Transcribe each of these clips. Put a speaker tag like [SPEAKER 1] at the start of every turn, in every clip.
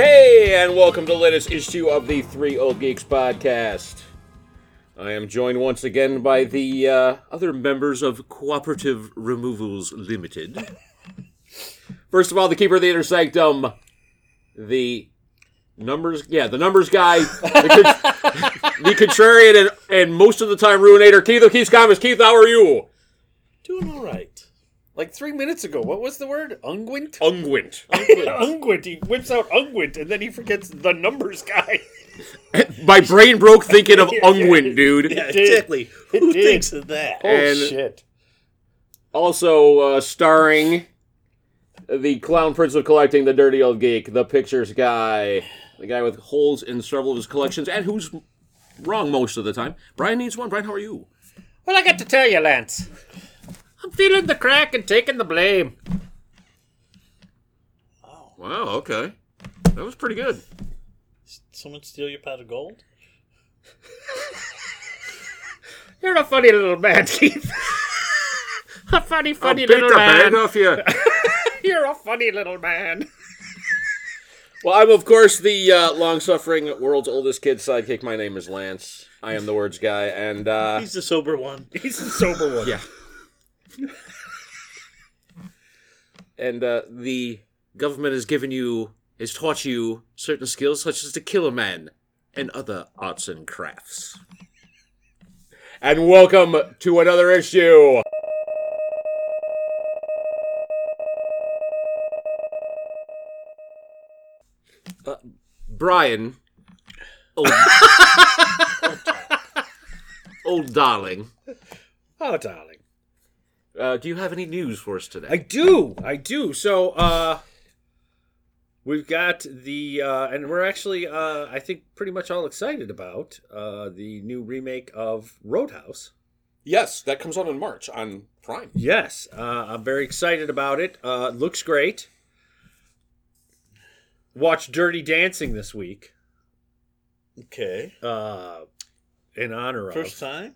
[SPEAKER 1] and welcome to the latest issue of the Three Old Geeks podcast. I am joined once again by the uh, other members of Cooperative Removals Limited. First of all, the keeper of the inner sanctum, the numbers, yeah, the numbers guy, the, con- the contrarian, and, and most of the time ruinator, Keith O'Keefe's comments. Keith, how are you?
[SPEAKER 2] Doing all right. Like three minutes ago, what was the word? Unguent?
[SPEAKER 1] Unguent.
[SPEAKER 2] unguent. He whips out unguent and then he forgets the numbers guy.
[SPEAKER 1] My brain broke thinking of unguent, dude.
[SPEAKER 3] Yeah,
[SPEAKER 2] did.
[SPEAKER 3] exactly.
[SPEAKER 2] It
[SPEAKER 3] Who
[SPEAKER 2] did.
[SPEAKER 3] thinks of that?
[SPEAKER 2] Oh,
[SPEAKER 1] And-
[SPEAKER 2] shit.
[SPEAKER 1] also uh, starring the clown prince of collecting, the dirty old geek, the pictures guy, the guy with holes in several of his collections, and who's wrong most of the time. Brian needs one. Brian, how are you?
[SPEAKER 2] Well, I got to tell you, Lance. I'm feeling the crack and taking the blame.
[SPEAKER 1] Wow, okay, that was pretty good.
[SPEAKER 3] Someone steal your pot of gold?
[SPEAKER 2] You're a funny little man, Keith. a funny, funny little man.
[SPEAKER 1] off you.
[SPEAKER 2] You're a funny little man.
[SPEAKER 1] Well, I'm of course the uh, long-suffering world's oldest kid sidekick. My name is Lance. I am the words guy, and uh,
[SPEAKER 3] He's the sober one.
[SPEAKER 2] He's the sober one.
[SPEAKER 1] yeah, and uh, the government has given you has taught you certain skills such as to kill a man and other arts and crafts. And welcome to another issue. Uh, Brian, old, old darling,
[SPEAKER 2] Oh, darling.
[SPEAKER 1] uh, do you have any news for us today?
[SPEAKER 2] I do. I do. So uh we've got the uh and we're actually uh I think pretty much all excited about uh the new remake of Roadhouse.
[SPEAKER 1] Yes, that comes on in March on Prime.
[SPEAKER 2] Yes. Uh I'm very excited about it. Uh looks great. Watched Dirty Dancing this week.
[SPEAKER 3] Okay.
[SPEAKER 2] Uh in honor of
[SPEAKER 3] First time?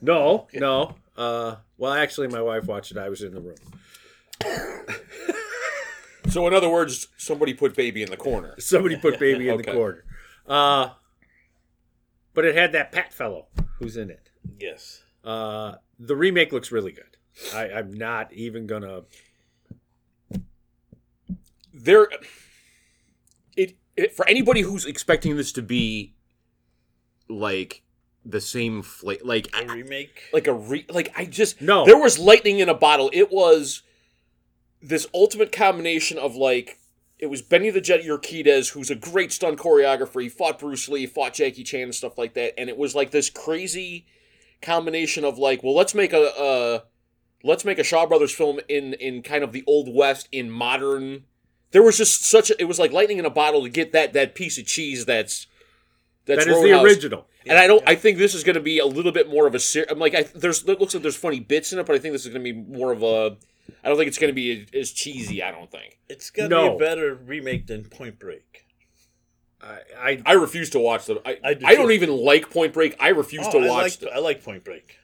[SPEAKER 2] No, no. Uh well actually my wife watched it. I was in the room.
[SPEAKER 1] So, in other words, somebody put baby in the corner.
[SPEAKER 2] Somebody put baby in
[SPEAKER 1] Okay.
[SPEAKER 2] the corner. Uh, but it had that Pat fellow who's in it.
[SPEAKER 3] Yes.
[SPEAKER 2] Uh, the remake looks really good. I, I'm not even gonna.
[SPEAKER 1] There, it, it for anybody who's expecting this to be like the same fla like
[SPEAKER 3] A
[SPEAKER 1] I,
[SPEAKER 3] remake?
[SPEAKER 1] like a re, like I just
[SPEAKER 2] No.
[SPEAKER 1] There was lightning in a bottle. It was this ultimate combination of like it was Benny the Jet Urquidez, who's a great stunt choreographer. He fought Bruce Lee, fought Jackie Chan, and stuff like that. And it was like this crazy combination of like, well, let's make a, a let's make a Shaw Brothers film in in kind of the old west in modern. There was just such a, it was like lightning in a bottle to get that that piece of cheese that's that's
[SPEAKER 2] That is the
[SPEAKER 1] Roadhouse.
[SPEAKER 2] original.
[SPEAKER 1] And I don't. I think this is going to be a little bit more of a. Ser- I'm like, I, there's. It looks like there's funny bits in it, but I think this is going to be more of a. I don't think it's going to be as cheesy. I don't think.
[SPEAKER 3] It's got to
[SPEAKER 2] No.
[SPEAKER 3] be a better remake than Point Break.
[SPEAKER 2] I, I
[SPEAKER 1] I refuse to watch them. I. I,
[SPEAKER 3] I do
[SPEAKER 1] don't
[SPEAKER 3] too.
[SPEAKER 1] even like Point Break. I refuse
[SPEAKER 3] Oh,
[SPEAKER 1] to
[SPEAKER 3] I,
[SPEAKER 1] watch.
[SPEAKER 3] like,
[SPEAKER 1] them.
[SPEAKER 3] I like Point Break.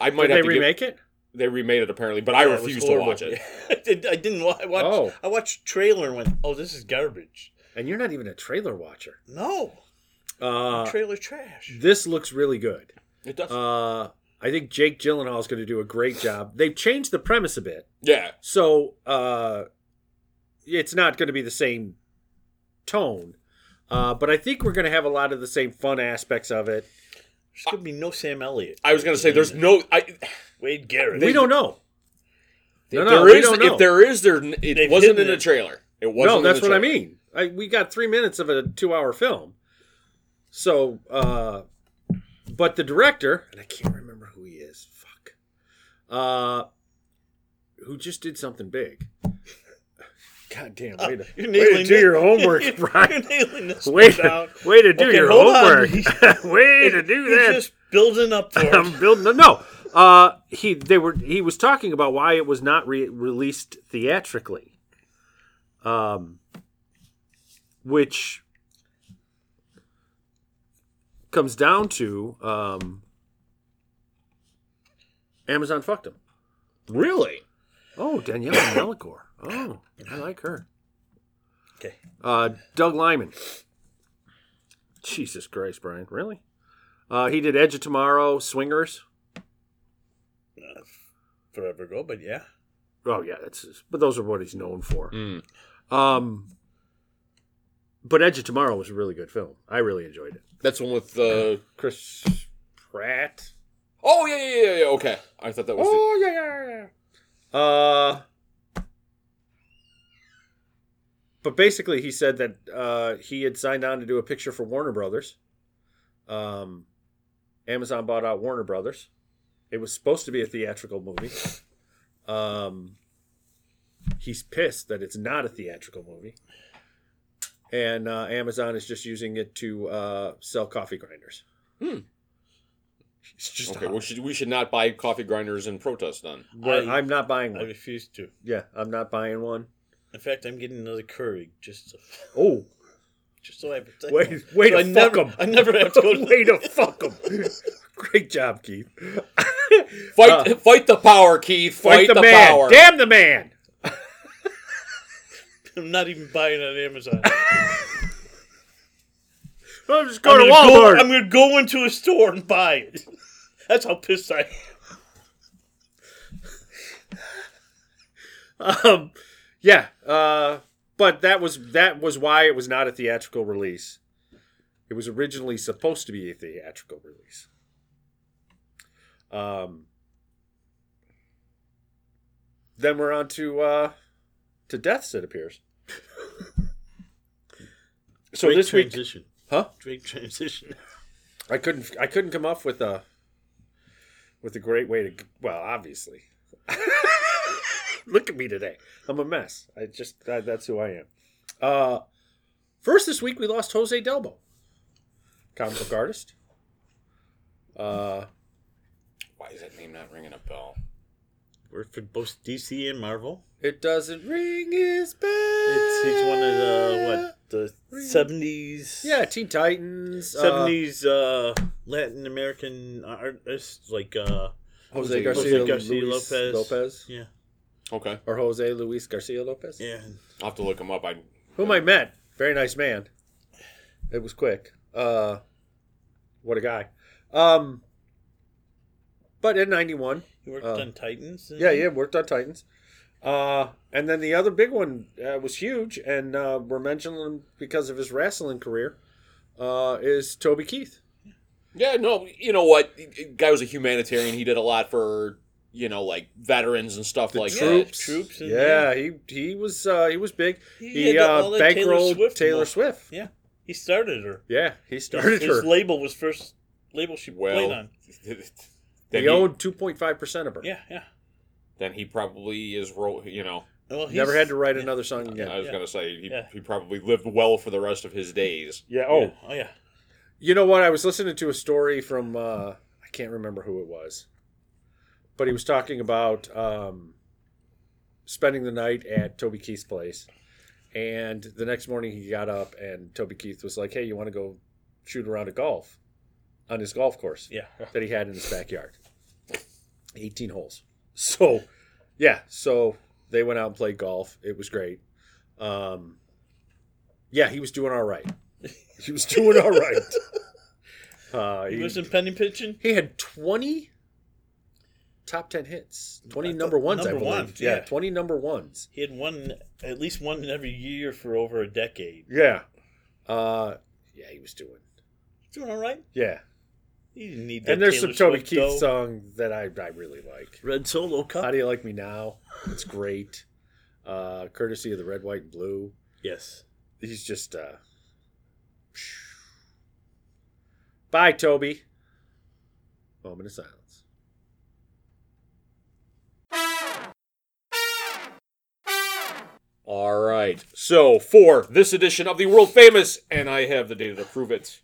[SPEAKER 1] I might have
[SPEAKER 2] did they
[SPEAKER 1] to
[SPEAKER 2] remake it.
[SPEAKER 1] Give, they remade it apparently, but I
[SPEAKER 3] Yeah, it was
[SPEAKER 1] refuse to watch
[SPEAKER 3] horrible.
[SPEAKER 1] it.
[SPEAKER 3] I, did, I didn't wa- I watched,
[SPEAKER 2] Oh.
[SPEAKER 3] I watched trailer and went, oh, this is garbage.
[SPEAKER 2] And you're not even a trailer watcher.
[SPEAKER 3] No.
[SPEAKER 2] Uh,
[SPEAKER 3] trailer trash.
[SPEAKER 2] this looks really good.
[SPEAKER 1] It does.
[SPEAKER 2] Uh, I think Jake Gyllenhaal is going to do a great job. They've changed the premise a bit,
[SPEAKER 1] yeah.
[SPEAKER 2] so uh, it's not going to be the same tone. Uh, but I think we're going to have a lot of the same fun aspects of it.
[SPEAKER 3] There's going to be no Sam Elliott.
[SPEAKER 1] I was going to say there's no. I.
[SPEAKER 3] Wade Garrett.
[SPEAKER 2] we don't know. No, no,
[SPEAKER 1] there
[SPEAKER 2] we
[SPEAKER 1] is-
[SPEAKER 2] don't know.
[SPEAKER 1] If there is, there. It
[SPEAKER 3] They've
[SPEAKER 1] wasn't in
[SPEAKER 3] hidden
[SPEAKER 1] the
[SPEAKER 3] it.
[SPEAKER 1] trailer. It wasn't.
[SPEAKER 2] No,
[SPEAKER 1] in the
[SPEAKER 2] that's what I
[SPEAKER 1] trailer.
[SPEAKER 2] mean. I, we got three minutes of a two-hour film. So, uh, but the director, and I can't remember who he is. Fuck. Uh, who just did something big? God damn! Way to,
[SPEAKER 3] You're
[SPEAKER 2] way to
[SPEAKER 3] nailing
[SPEAKER 2] do
[SPEAKER 3] it.
[SPEAKER 2] your homework,
[SPEAKER 3] You're
[SPEAKER 2] Brian.
[SPEAKER 3] nailing this
[SPEAKER 2] Way
[SPEAKER 3] one
[SPEAKER 2] to,
[SPEAKER 3] out.
[SPEAKER 2] way to do
[SPEAKER 3] Okay,
[SPEAKER 2] your
[SPEAKER 3] hold on.
[SPEAKER 2] homework. way
[SPEAKER 3] It-
[SPEAKER 2] to do
[SPEAKER 3] you're
[SPEAKER 2] that. Um,
[SPEAKER 3] just building up for it.
[SPEAKER 2] I'm building. No, uh, he they were he was talking about why it was not re- released theatrically, um, which comes down to um, Amazon fucked him.
[SPEAKER 1] Really?
[SPEAKER 2] Oh, Danielle Melicor. Oh, I like her.
[SPEAKER 3] Okay.
[SPEAKER 2] Uh, Doug Lyman. Jesus Christ, Brian. Really? Uh, he did Edge of Tomorrow, Swingers.
[SPEAKER 3] Uh, forever ago, but yeah.
[SPEAKER 2] Oh yeah, that's but those are what he's known for.
[SPEAKER 1] Hmm.
[SPEAKER 2] Um, but Edge of Tomorrow was a really good film. I really enjoyed it.
[SPEAKER 1] That's the one with the.
[SPEAKER 2] Chris Pratt.
[SPEAKER 1] Oh yeah, yeah, yeah, yeah. Okay, I thought that was. the-
[SPEAKER 2] Oh yeah, yeah, yeah. Uh, but basically, he said that uh, he had signed on to do a picture for Warner Brothers. Um, Amazon bought out Warner Brothers. It was supposed to be a theatrical movie. Um, he's pissed that it's not a theatrical movie, and uh, Amazon is just using it to uh, sell coffee grinders.
[SPEAKER 1] Hmm.
[SPEAKER 2] It's just
[SPEAKER 1] okay, we should we should not buy coffee grinders and protest then.
[SPEAKER 2] Well,
[SPEAKER 3] I-
[SPEAKER 2] I'm not buying
[SPEAKER 3] I
[SPEAKER 2] one.
[SPEAKER 3] refuse to.
[SPEAKER 2] Yeah, I'm not buying one.
[SPEAKER 3] In fact, I'm getting another Keurig just so,
[SPEAKER 2] Oh,
[SPEAKER 3] just so I have a second one.
[SPEAKER 2] wait, wait
[SPEAKER 3] So
[SPEAKER 2] a
[SPEAKER 3] I never,
[SPEAKER 2] fuck 'em.
[SPEAKER 3] I never have to go to
[SPEAKER 2] Way to fuck 'em. Great job, Keith.
[SPEAKER 1] Fight
[SPEAKER 2] Uh,
[SPEAKER 1] fight the power, Keith. Fight,
[SPEAKER 2] Fight the,
[SPEAKER 1] the,
[SPEAKER 2] man.
[SPEAKER 1] power.
[SPEAKER 2] Damn the man.
[SPEAKER 3] I'm not even buying on Amazon.
[SPEAKER 2] I'm just
[SPEAKER 3] I'm
[SPEAKER 2] going to
[SPEAKER 3] gonna go- I'm
[SPEAKER 2] Walmart.
[SPEAKER 3] going to go into a store and buy it. That's how pissed I am.
[SPEAKER 2] um, yeah, uh, but that was that was why it was not a theatrical release. It was originally supposed to be a theatrical release. Um, then we're on to uh, to deaths. It appears. so
[SPEAKER 3] Great
[SPEAKER 2] this week,
[SPEAKER 3] transition.
[SPEAKER 2] huh?
[SPEAKER 3] Great transition.
[SPEAKER 2] I couldn't I couldn't come up with a with a great way to well obviously look at me today I'm a mess I just I, that's who I am uh first this week we lost Jose Delbo comic book artist uh
[SPEAKER 1] Why is that name not ringing a bell?
[SPEAKER 3] Worked for both DC and Marvel.
[SPEAKER 2] it doesn't ring his bell
[SPEAKER 3] It's he's one of the what the seventies.
[SPEAKER 2] yeah Teen Titans uh,
[SPEAKER 3] seventies uh, Latin American artists like uh,
[SPEAKER 1] Jose
[SPEAKER 2] Jose Garcia,
[SPEAKER 3] Garcia
[SPEAKER 2] Luis
[SPEAKER 3] Lopez.
[SPEAKER 2] Lopez
[SPEAKER 3] yeah,
[SPEAKER 1] Okay,
[SPEAKER 2] or Jose Luis Garcia Lopez
[SPEAKER 3] yeah.
[SPEAKER 1] I'll have to look him up. I
[SPEAKER 2] whom I met. Very nice man. It was quick. Uh, what a guy. Um, but in '91,
[SPEAKER 3] He worked
[SPEAKER 2] Uh,
[SPEAKER 3] on Titans. and-
[SPEAKER 2] yeah, yeah, worked on Titans. Uh, and then the other big one uh, was huge, and uh, we're mentioning him because of his wrestling career. Uh, is Toby Keith?
[SPEAKER 1] Yeah, no, you know what? Guy was a humanitarian. He did a lot for you know like veterans and stuff like
[SPEAKER 3] troops.
[SPEAKER 1] that.
[SPEAKER 3] troops and-
[SPEAKER 2] yeah, he he was uh, he was big.
[SPEAKER 3] He,
[SPEAKER 2] He,
[SPEAKER 3] had
[SPEAKER 2] uh,
[SPEAKER 3] all that
[SPEAKER 2] bankrolled Taylor Swift.
[SPEAKER 3] mo- Yeah, he started her.
[SPEAKER 2] Yeah, he started
[SPEAKER 3] His
[SPEAKER 2] her.
[SPEAKER 3] label was first label she played
[SPEAKER 1] Well,
[SPEAKER 3] on.
[SPEAKER 1] then
[SPEAKER 2] He,
[SPEAKER 1] he,
[SPEAKER 2] owned 2.5 percent of her.
[SPEAKER 3] Yeah, yeah.
[SPEAKER 1] then he probably is ro- you know
[SPEAKER 3] Well, he's-
[SPEAKER 2] Never had to write another song again.
[SPEAKER 1] I was
[SPEAKER 3] Yeah.
[SPEAKER 1] gonna say he,
[SPEAKER 3] Yeah.
[SPEAKER 1] he probably lived well for the rest of his days.
[SPEAKER 2] Yeah.
[SPEAKER 3] Yeah. Oh, yeah.
[SPEAKER 2] You know what? I was listening to a story from uh, I can't remember who it was, but he was talking about um, spending the night at Toby Keith's place, and the next morning he got up and Toby Keith was like, "Hey, you want to go shoot around a golf on his golf course
[SPEAKER 3] Yeah.
[SPEAKER 2] that he had in his backyard, eighteen holes." So, yeah, so they went out and played golf. It was great. Um, yeah, he was doing all right. He was doing all right. Uh,
[SPEAKER 3] He
[SPEAKER 2] he,
[SPEAKER 3] was in penny pitching.
[SPEAKER 2] he had 20 top 10 hits, 20
[SPEAKER 3] I thought-
[SPEAKER 2] number ones,
[SPEAKER 3] number
[SPEAKER 2] I believe.
[SPEAKER 3] ones,
[SPEAKER 2] yeah.
[SPEAKER 3] yeah.
[SPEAKER 2] 20 number ones.
[SPEAKER 3] He had one, at least one every year for over a decade.
[SPEAKER 2] Yeah. Uh, yeah, he was doing.
[SPEAKER 3] Doing all right.
[SPEAKER 2] Yeah.
[SPEAKER 3] He didn't need that.
[SPEAKER 2] And there's
[SPEAKER 3] Taylor
[SPEAKER 2] some Toby
[SPEAKER 3] Swift,
[SPEAKER 2] Keith
[SPEAKER 3] though.
[SPEAKER 2] song that I, I really like.
[SPEAKER 3] Red Solo
[SPEAKER 2] How
[SPEAKER 3] Cup.
[SPEAKER 2] do you like me now? It's great. Uh, courtesy of the red, white, and blue.
[SPEAKER 3] Yes.
[SPEAKER 2] He's just. Uh, Bye, Toby. Moment of silence.
[SPEAKER 1] All right. So for this edition of the world famous, and I have the data to prove it.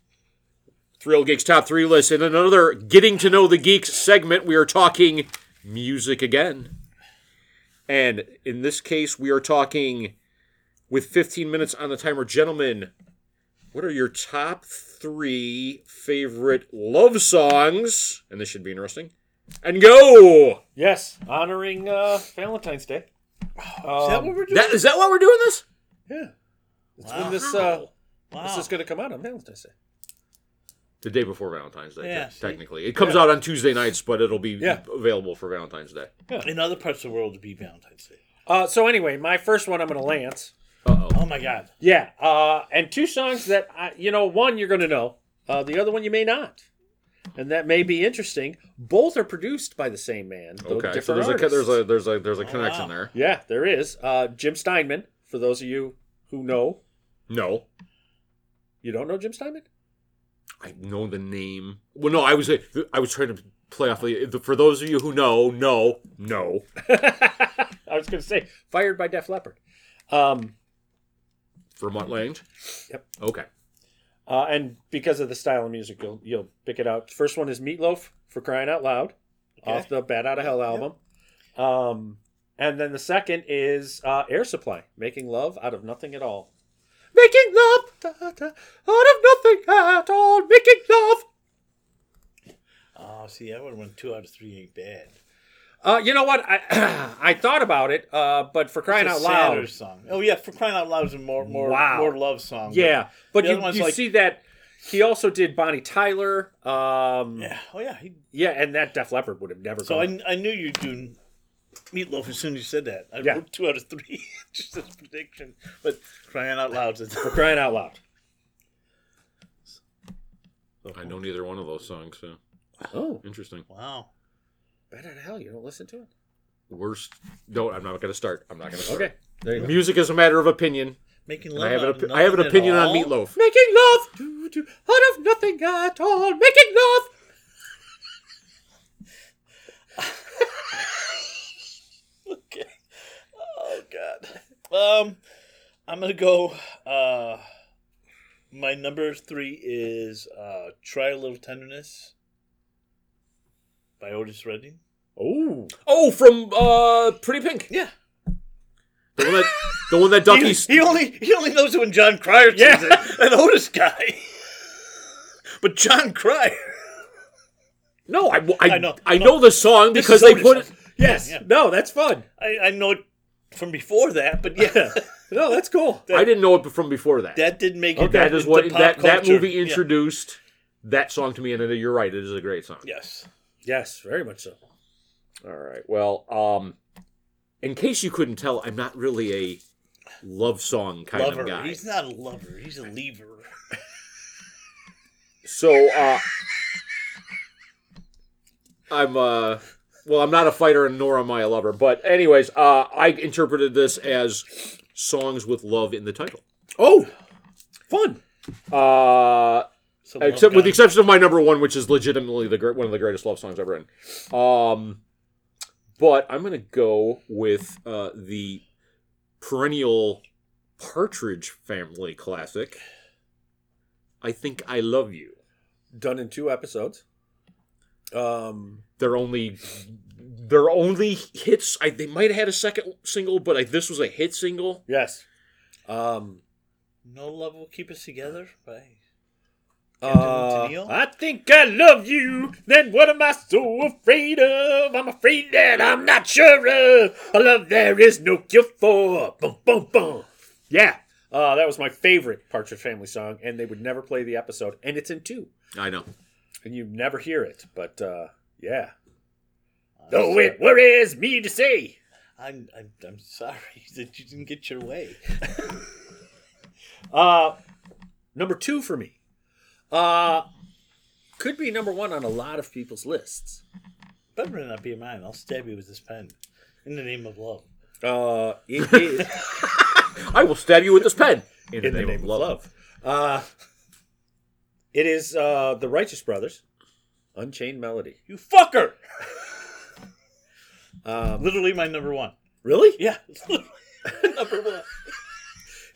[SPEAKER 1] Thrill Geeks top three list. In another Getting to Know the Geeks segment, we are talking music again. And in this case, we are talking with 15 minutes on the timer. Gentlemen, what are your top three favorite love songs? And this should be interesting. And go!
[SPEAKER 2] Yes, honoring uh, Valentine's Day. Um,
[SPEAKER 3] Is that what we're doing?
[SPEAKER 1] That, is that why we're doing this?
[SPEAKER 3] yeah.
[SPEAKER 2] It's
[SPEAKER 3] Wow.
[SPEAKER 2] when this uh,
[SPEAKER 3] Wow.
[SPEAKER 2] this is going to come out on Valentine's Day.
[SPEAKER 1] The day before Valentine's Day,
[SPEAKER 3] Yeah,
[SPEAKER 1] te-
[SPEAKER 3] see?
[SPEAKER 1] technically. It comes out on Tuesday nights, but it'll be
[SPEAKER 2] Yeah.
[SPEAKER 1] available for Valentine's Day.
[SPEAKER 3] In other parts of the world, it'd be Valentine's Day.
[SPEAKER 2] Uh, so anyway, my first one I'm going to lance.
[SPEAKER 1] Uh oh.
[SPEAKER 3] Oh my God.
[SPEAKER 2] Yeah, uh, and two songs that I, you know, one you're going to know, uh, the other one you may not, and that may be interesting. Both are produced by the same man. though
[SPEAKER 1] Okay, so
[SPEAKER 2] different
[SPEAKER 1] there's a co- there's
[SPEAKER 2] artists.
[SPEAKER 1] a there's a there's a connection
[SPEAKER 3] Oh, wow.
[SPEAKER 1] there.
[SPEAKER 2] yeah, there is uh, Jim Steinman. For those of you who know,
[SPEAKER 1] No,
[SPEAKER 2] you don't know Jim Steinman.
[SPEAKER 1] I know the name. Well, no, I was I was trying to play off the. For those of you who know, no, no.
[SPEAKER 2] I was going to say fired by Def Leppard, um,
[SPEAKER 1] Vermont Lange.
[SPEAKER 2] Yep.
[SPEAKER 1] Okay.
[SPEAKER 2] uh, and because of the style of music, you'll you'll pick it out. First one is Meatloaf for crying out loud, off the Bad Out of Hell album. Um, and then the second is uh, Air Supply, making love out of nothing at all. Making love da, da, out of nothing at all. Making love.
[SPEAKER 3] Oh, see, I would have went two out of three ain't bad.
[SPEAKER 2] Uh, you know what? I I thought about it, uh, but for crying
[SPEAKER 3] It's
[SPEAKER 2] out
[SPEAKER 3] a
[SPEAKER 2] loud,
[SPEAKER 3] sadder song. Oh yeah, for crying out loud is a more more
[SPEAKER 2] Wow.
[SPEAKER 3] more love song.
[SPEAKER 2] yeah. But
[SPEAKER 3] The
[SPEAKER 2] you,
[SPEAKER 3] other one's
[SPEAKER 2] you
[SPEAKER 3] like-
[SPEAKER 2] see that he also did Bonnie Tyler. Um, yeah.
[SPEAKER 3] Yeah. Oh yeah. He,
[SPEAKER 2] and that Def Leppard would have never.
[SPEAKER 3] so
[SPEAKER 2] gone.
[SPEAKER 3] I, I knew you'd do meatloaf as soon as you said that. I
[SPEAKER 2] Yeah.
[SPEAKER 3] wrote two out of three just as a prediction, but crying out loud is
[SPEAKER 2] for crying out loud.
[SPEAKER 1] I know neither one of those songs. So
[SPEAKER 2] Oh,
[SPEAKER 1] interesting.
[SPEAKER 3] Wow.
[SPEAKER 2] Bad Out of Hell. You don't listen to it.
[SPEAKER 1] Worst. No, I'm not going to start. I'm not going to start.
[SPEAKER 2] Okay, there you go.
[SPEAKER 1] Music is a matter of opinion.
[SPEAKER 3] Making
[SPEAKER 1] and
[SPEAKER 3] love.
[SPEAKER 1] I have an
[SPEAKER 3] out
[SPEAKER 1] op-
[SPEAKER 3] of
[SPEAKER 1] I have an
[SPEAKER 3] nothing at
[SPEAKER 1] opinion on
[SPEAKER 3] all?
[SPEAKER 1] Meatloaf.
[SPEAKER 2] Making love to, to, out of nothing at all. Making love.
[SPEAKER 3] Okay. Oh god. Um, I'm gonna go. Uh, my number three is uh, "Try a Little Tenderness" by Otis Redding.
[SPEAKER 2] Oh,
[SPEAKER 1] Oh, from uh, Pretty Pink.
[SPEAKER 3] Yeah.
[SPEAKER 1] The one that the one that Ducky.
[SPEAKER 3] He, he only he only knows it when John Cryer sings
[SPEAKER 2] Yeah.
[SPEAKER 3] it, an Otis guy. but John Cryer,
[SPEAKER 1] no, I I,
[SPEAKER 3] I
[SPEAKER 1] I
[SPEAKER 3] know.
[SPEAKER 1] know the song
[SPEAKER 3] This
[SPEAKER 1] because
[SPEAKER 3] is
[SPEAKER 1] they
[SPEAKER 3] Otis.
[SPEAKER 1] put it.
[SPEAKER 2] yes.
[SPEAKER 3] Yeah.
[SPEAKER 2] No, that's fun.
[SPEAKER 3] I, I know it from before that, but yeah,
[SPEAKER 2] No, that's cool.
[SPEAKER 1] I didn't know it from before that.
[SPEAKER 3] that did make it.
[SPEAKER 1] Okay, that is
[SPEAKER 3] into
[SPEAKER 1] what
[SPEAKER 3] pop
[SPEAKER 1] that, that
[SPEAKER 3] culture.
[SPEAKER 1] movie
[SPEAKER 3] Yeah.
[SPEAKER 1] introduced that song to me, and then you're right, it is a great song.
[SPEAKER 3] Yes.
[SPEAKER 2] Yes, very much so.
[SPEAKER 1] All right. Well, um, in case you couldn't tell, I'm not really a love song kind
[SPEAKER 3] Lover.
[SPEAKER 1] of guy.
[SPEAKER 3] He's not a lover. He's a lever.
[SPEAKER 1] So, uh, I'm uh, well, I'm not a fighter, and nor am I a lover. But, anyways, uh, I interpreted this as songs with love in the title.
[SPEAKER 2] Oh, fun.
[SPEAKER 1] Uh,
[SPEAKER 3] So
[SPEAKER 1] except with the exception of my number one, which is legitimately the great, one of the greatest love songs I've written. Um, but I'm gonna go with uh, the perennial Partridge Family classic. I think I love you.
[SPEAKER 2] Done in two episodes. Um,
[SPEAKER 1] Their only, their only hits. I, they might have had a second single, but I, this was a hit single.
[SPEAKER 2] yes. Um,
[SPEAKER 3] no love will keep us together. By
[SPEAKER 2] uh,
[SPEAKER 3] Tennille?
[SPEAKER 2] I think I love you. Then what am I so afraid of? I'm afraid that I'm not sure of. A love there is no cure for. Boom, boom, boom. Yeah. Uh, that was my favorite Partridge Family song, and they would never play the episode, and it's in two,
[SPEAKER 1] I know.
[SPEAKER 2] and you never hear it. But uh, yeah, though it worries me to say.
[SPEAKER 3] I'm, I'm I'm sorry that you didn't get your way.
[SPEAKER 2] Uh, number two for me. Uh, could be number one on a lot of people's lists.
[SPEAKER 3] Better not be mine. I'll stab you with this pen, in the name of love.
[SPEAKER 2] Uh, it is
[SPEAKER 1] I will stab you with this pen in,
[SPEAKER 2] in the name of love. Uh, it is uh, the Righteous Brothers, Unchained Melody.
[SPEAKER 3] You fucker!
[SPEAKER 2] Um,
[SPEAKER 3] Literally my number one.
[SPEAKER 2] really?
[SPEAKER 3] Yeah, number one.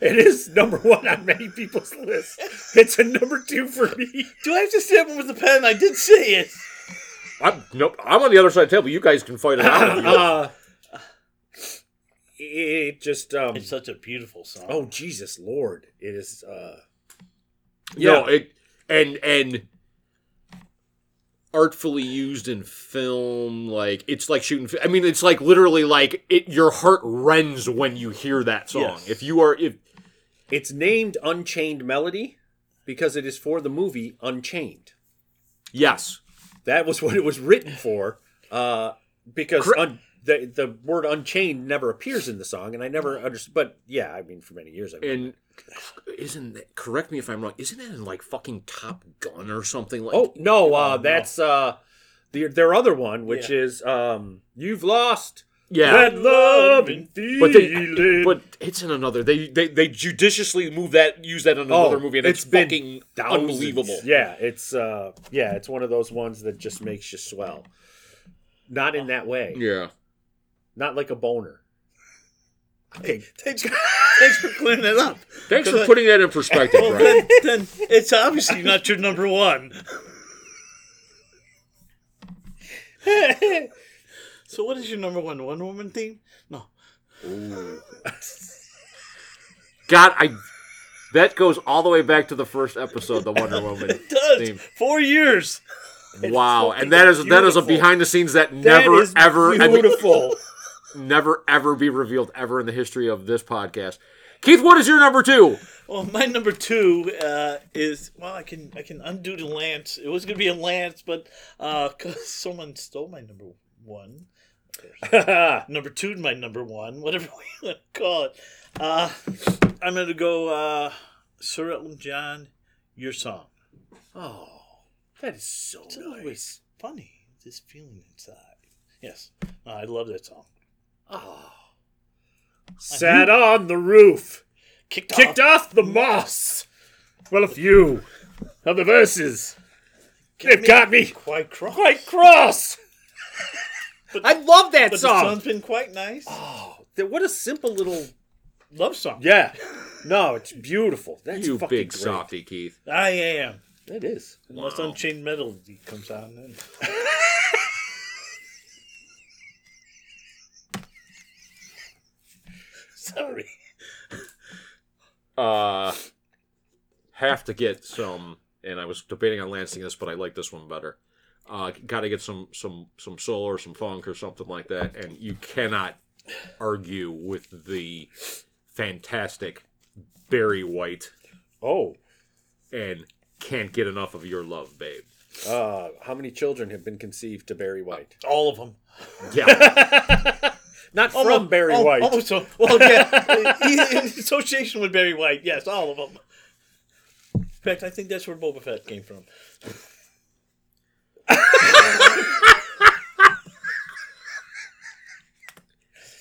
[SPEAKER 2] It is number one on many people's lists. It's a number two for me.
[SPEAKER 3] Do I have to stab him with the pen? I did say it.
[SPEAKER 1] I'm, nope, I'm on the other side of the table. You guys can fight it out. if you-
[SPEAKER 2] Uh, it just um,
[SPEAKER 3] It's such a beautiful song.
[SPEAKER 2] oh Jesus Lord! It is uh,
[SPEAKER 1] you know
[SPEAKER 2] Yeah.
[SPEAKER 1] it and and artfully used in film like it's like shooting fi- i mean it's like literally like it your heart rends when you hear that song
[SPEAKER 3] Yes.
[SPEAKER 1] if you are if
[SPEAKER 2] It's named Unchained Melody because it is for the movie Unchained.
[SPEAKER 1] Yes.
[SPEAKER 2] That was what it was written for. Uh, because
[SPEAKER 1] Cor-
[SPEAKER 2] un- the the word Unchained never appears in the song, and I never understood. But yeah, I mean, for many years, I
[SPEAKER 1] And isn't that, correct me if I'm wrong, isn't that in like fucking Top Gun or something like
[SPEAKER 2] oh no, uh, that's uh, the, their other one, which is um, "You've Lost."
[SPEAKER 1] Yeah.
[SPEAKER 2] That love and
[SPEAKER 1] but they
[SPEAKER 2] feeling.
[SPEAKER 1] but it's in another they they, they judiciously move that use that in another
[SPEAKER 2] Oh,
[SPEAKER 1] movie and
[SPEAKER 2] it's
[SPEAKER 1] it's,
[SPEAKER 2] been
[SPEAKER 1] fucking
[SPEAKER 2] thousands.
[SPEAKER 1] unbelievable.
[SPEAKER 2] Yeah, it's uh yeah, it's one of those ones that just makes you swell. Not in that way.
[SPEAKER 1] Yeah.
[SPEAKER 2] Not like a boner.
[SPEAKER 3] Okay, thanks, thanks for clearing that up.
[SPEAKER 1] Thanks for putting that in perspective,
[SPEAKER 3] Well,
[SPEAKER 1] Brian.
[SPEAKER 3] then, then it's obviously not your number one. so, what is your number one? One Woman theme? No.
[SPEAKER 1] God, I that goes all the way back to the first episode, the Wonder Woman
[SPEAKER 3] It does.
[SPEAKER 1] theme.
[SPEAKER 3] Four years.
[SPEAKER 1] Wow,
[SPEAKER 3] fucking
[SPEAKER 1] and that is that is a
[SPEAKER 3] beautiful.
[SPEAKER 1] behind the scenes that
[SPEAKER 2] That
[SPEAKER 1] never
[SPEAKER 2] is
[SPEAKER 1] ever I mean,
[SPEAKER 2] beautiful.
[SPEAKER 1] never ever be revealed ever in the history of this podcast. Keith, what is your number two?
[SPEAKER 3] Well, my number two uh, is well, I can I can undo the Lance. It was gonna be a Lance, but uh 'cause someone stole my number one, number two, my number one, whatever we want to call it. Uh, I'm gonna go uh, Sir Elton John, your song.
[SPEAKER 2] oh. That is so
[SPEAKER 3] It's
[SPEAKER 2] Oh, nice.
[SPEAKER 3] always funny. This feeling inside. Yes, Uh, I love that song.
[SPEAKER 2] Oh. Sat on the roof,
[SPEAKER 3] Kicked,
[SPEAKER 2] kicked
[SPEAKER 3] off.
[SPEAKER 2] off the moss. Well, a few of the verses. It got me
[SPEAKER 3] Quite cross.
[SPEAKER 2] quite cross.
[SPEAKER 3] But-
[SPEAKER 2] I love that
[SPEAKER 3] But the
[SPEAKER 2] song.
[SPEAKER 3] song's been quite nice.
[SPEAKER 2] Oh, that- what a simple little
[SPEAKER 3] Love song.
[SPEAKER 2] Yeah. No, it's beautiful. That's
[SPEAKER 1] you
[SPEAKER 2] fucking
[SPEAKER 1] big
[SPEAKER 2] great.
[SPEAKER 1] softy, Keith.
[SPEAKER 3] I am.
[SPEAKER 2] It is.
[SPEAKER 3] Unless Unchained Melody comes on. Then. Sorry.
[SPEAKER 1] Uh, have to get some, and I was debating on lancing this, but I like this one better. Uh, got to get some some some soul or some funk or something like that, and you cannot argue with the fantastic Barry White
[SPEAKER 2] Oh.
[SPEAKER 1] and can't get enough of your love, babe.
[SPEAKER 2] Uh, how many children have been conceived to Barry White?
[SPEAKER 3] All of them.
[SPEAKER 1] Yeah,
[SPEAKER 2] Not from Barry White.
[SPEAKER 3] Almost all. Oh, Well, yeah. in association with Barry White. Yes, all of them. In fact, I think that's where Boba Fett came from.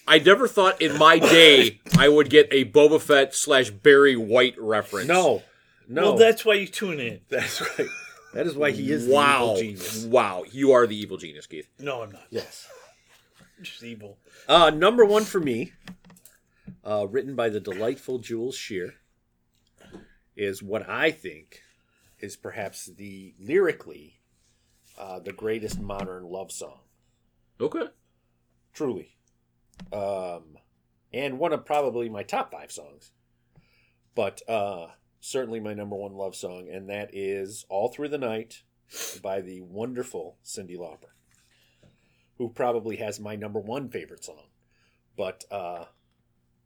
[SPEAKER 1] I never thought in my day I would get a Boba Fett slash Barry White reference.
[SPEAKER 2] No. No.
[SPEAKER 3] Well, that's why you tune in.
[SPEAKER 2] that's right. That is why he is the
[SPEAKER 1] Wow.
[SPEAKER 2] evil genius.
[SPEAKER 1] Wow. You are the evil genius, Keith.
[SPEAKER 3] No, I'm not.
[SPEAKER 2] Yes.
[SPEAKER 3] Just evil.
[SPEAKER 2] Uh, number one for me, uh, written by the delightful Jules Shear, is what I think is perhaps the lyrically uh, the greatest modern love song.
[SPEAKER 1] Okay.
[SPEAKER 2] truly um and one of probably my top five songs but uh certainly my number one love song and that is all through the night by the wonderful cindy lauper who probably has my number one favorite song but uh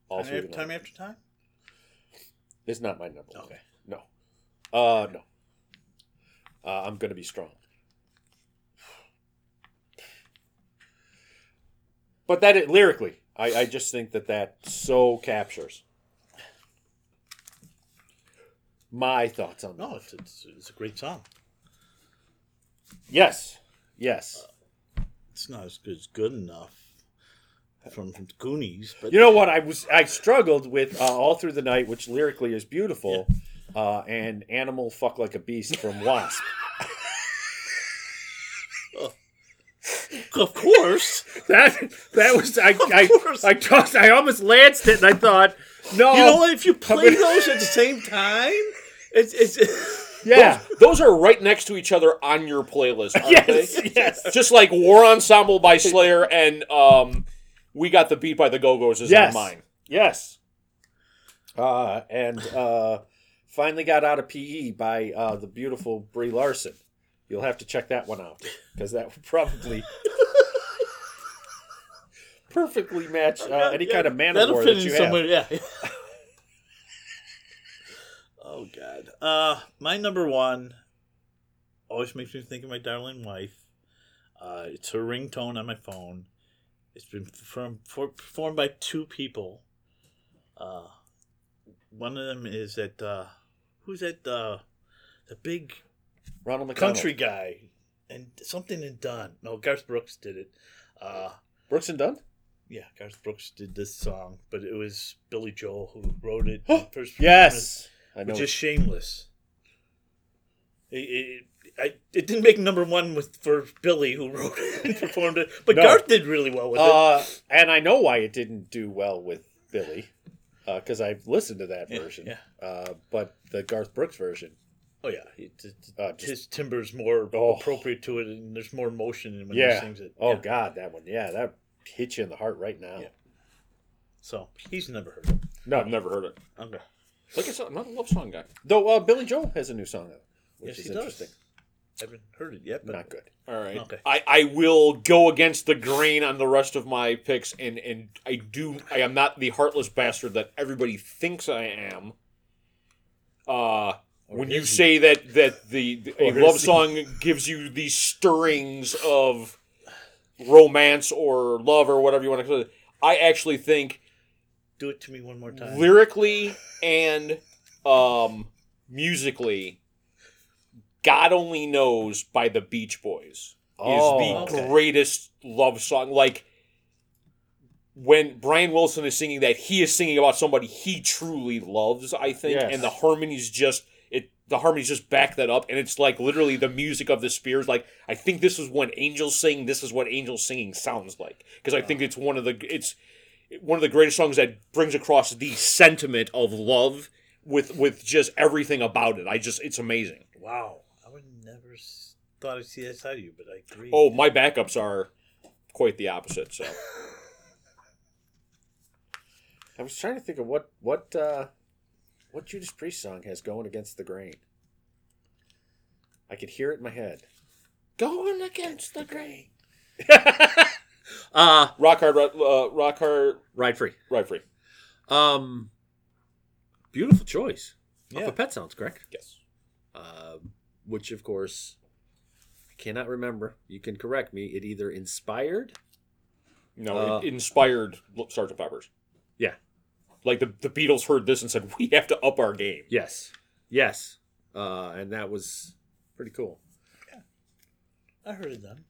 [SPEAKER 2] all through the night
[SPEAKER 3] Time, time after time?
[SPEAKER 2] it's not my number one
[SPEAKER 3] Okay.
[SPEAKER 2] no uh no uh, i'm gonna be strong but that it, lyrically I, I just think that that so captures my thoughts on that
[SPEAKER 3] No, it's, it's, it's a great song.
[SPEAKER 2] yes yes
[SPEAKER 3] It's not as good as good enough from, from the Goonies, but
[SPEAKER 2] you know what i was i struggled with uh, all through the night which lyrically is beautiful uh, and animal fuck like a beast from wasp
[SPEAKER 3] of course.
[SPEAKER 2] That that was I
[SPEAKER 3] course.
[SPEAKER 2] I, I tossed I almost lanced it and I thought no
[SPEAKER 3] You know what? If you play
[SPEAKER 2] but-
[SPEAKER 3] those at the same time, it's it's
[SPEAKER 2] yeah
[SPEAKER 1] Those are right next to each other on your playlist, aren't
[SPEAKER 2] yes
[SPEAKER 1] they?
[SPEAKER 2] yes
[SPEAKER 1] Just like War Ensemble by Slayer and um, We Got the Beat by the Go Go's is
[SPEAKER 2] Yes.
[SPEAKER 1] on mine.
[SPEAKER 2] yes uh, and uh, finally got out of PE by uh, the beautiful Brie Larson you'll have to check that one out because that would probably perfectly match uh, any kind of man of
[SPEAKER 3] that'll
[SPEAKER 2] war
[SPEAKER 3] fit
[SPEAKER 2] that
[SPEAKER 3] in
[SPEAKER 2] you
[SPEAKER 3] somewhere.
[SPEAKER 2] have
[SPEAKER 3] Yeah, Oh God. Uh, my number one always makes me think of my darling wife. Uh, it's her ringtone on my phone. It's been from for, performed by two people. Uh, one of them is that uh, who's that uh, the big
[SPEAKER 1] Ronald McDonald.
[SPEAKER 3] country guy and something and Dunn. No, Garth Brooks did it. Uh,
[SPEAKER 1] Brooks and Dunn?
[SPEAKER 3] yeah, Garth Brooks did this song, but it was Billy Joel who wrote it. first
[SPEAKER 1] Yes. I know.
[SPEAKER 3] which is shameless. It, it, I, it didn't make number one with for Billy who wrote it and performed it, but
[SPEAKER 1] No.
[SPEAKER 3] Garth did really well with it.
[SPEAKER 1] uh, and I know why it didn't do well with Billy, because I've listened to that
[SPEAKER 3] Yeah,
[SPEAKER 1] version.
[SPEAKER 3] yeah.
[SPEAKER 1] Uh, but the Garth Brooks version,
[SPEAKER 3] Oh yeah, it, it-
[SPEAKER 1] uh, just,
[SPEAKER 3] his timber's more
[SPEAKER 1] Oh.
[SPEAKER 3] appropriate to it, and there's more emotion in when he
[SPEAKER 1] Yeah.
[SPEAKER 3] sings it.
[SPEAKER 1] oh
[SPEAKER 3] Yeah.
[SPEAKER 1] god, that one, yeah, that hits you in the heart right now.
[SPEAKER 3] Yeah. So he's never heard. Of it.
[SPEAKER 1] No, I've never heard it.
[SPEAKER 3] Okay.
[SPEAKER 1] Like I said, I'm not a love song guy. Though uh, Billy Joel has a new song out, which
[SPEAKER 3] Yes,
[SPEAKER 1] is
[SPEAKER 3] he
[SPEAKER 1] interesting.
[SPEAKER 3] does. I haven't heard it yet, but
[SPEAKER 1] Not good. All right.
[SPEAKER 3] Okay.
[SPEAKER 1] I, I will go against the grain on the rest of my picks, and, and I do. I am not the heartless bastard that everybody thinks I am. Uh, when you say that that the, the- a
[SPEAKER 2] Or
[SPEAKER 1] love
[SPEAKER 2] is he?
[SPEAKER 1] song gives you these stirrings of romance or love or whatever you want to call it, I actually think
[SPEAKER 3] do it to me one more time.
[SPEAKER 1] lyrically and um, musically, God only knows by the Beach Boys
[SPEAKER 2] Oh.
[SPEAKER 1] is the
[SPEAKER 3] Okay.
[SPEAKER 1] greatest love song. Like when Brian Wilson is singing that, he is singing about somebody he truly loves. I think,
[SPEAKER 2] Yes.
[SPEAKER 1] and the harmonies just it. The harmonies just back that up, and it's like literally the music of the Spears. Like I think this is when angels sing. This is what angels singing sounds like because I think it's one of the it's one of the greatest songs that brings across the sentiment of love with with just everything about it. I just it's amazing.
[SPEAKER 3] Wow, I would never s- thought I'd see that side of you, but I agree.
[SPEAKER 1] Oh, my backups are quite the opposite. So
[SPEAKER 2] I was trying to think of what what uh, what Judas Priest song has going against the grain. I could hear it in my head.
[SPEAKER 1] going against the grain.
[SPEAKER 2] Uh
[SPEAKER 1] Rock hard, ro- uh, rock hard,
[SPEAKER 2] Ride Free.
[SPEAKER 1] right free.
[SPEAKER 2] Um beautiful choice. Off
[SPEAKER 3] Yeah.
[SPEAKER 2] of Pet Sounds, correct?
[SPEAKER 1] Yes.
[SPEAKER 2] Uh, which of course I cannot remember. You can correct me. It either inspired
[SPEAKER 1] No,
[SPEAKER 2] Uh,
[SPEAKER 1] it inspired Lo- Sgt. Pepper's.
[SPEAKER 2] Yeah.
[SPEAKER 1] Like the the Beatles heard this and said, "We have to up our game."
[SPEAKER 2] Yes. Yes. Uh, and that was pretty cool.
[SPEAKER 3] I heard it done.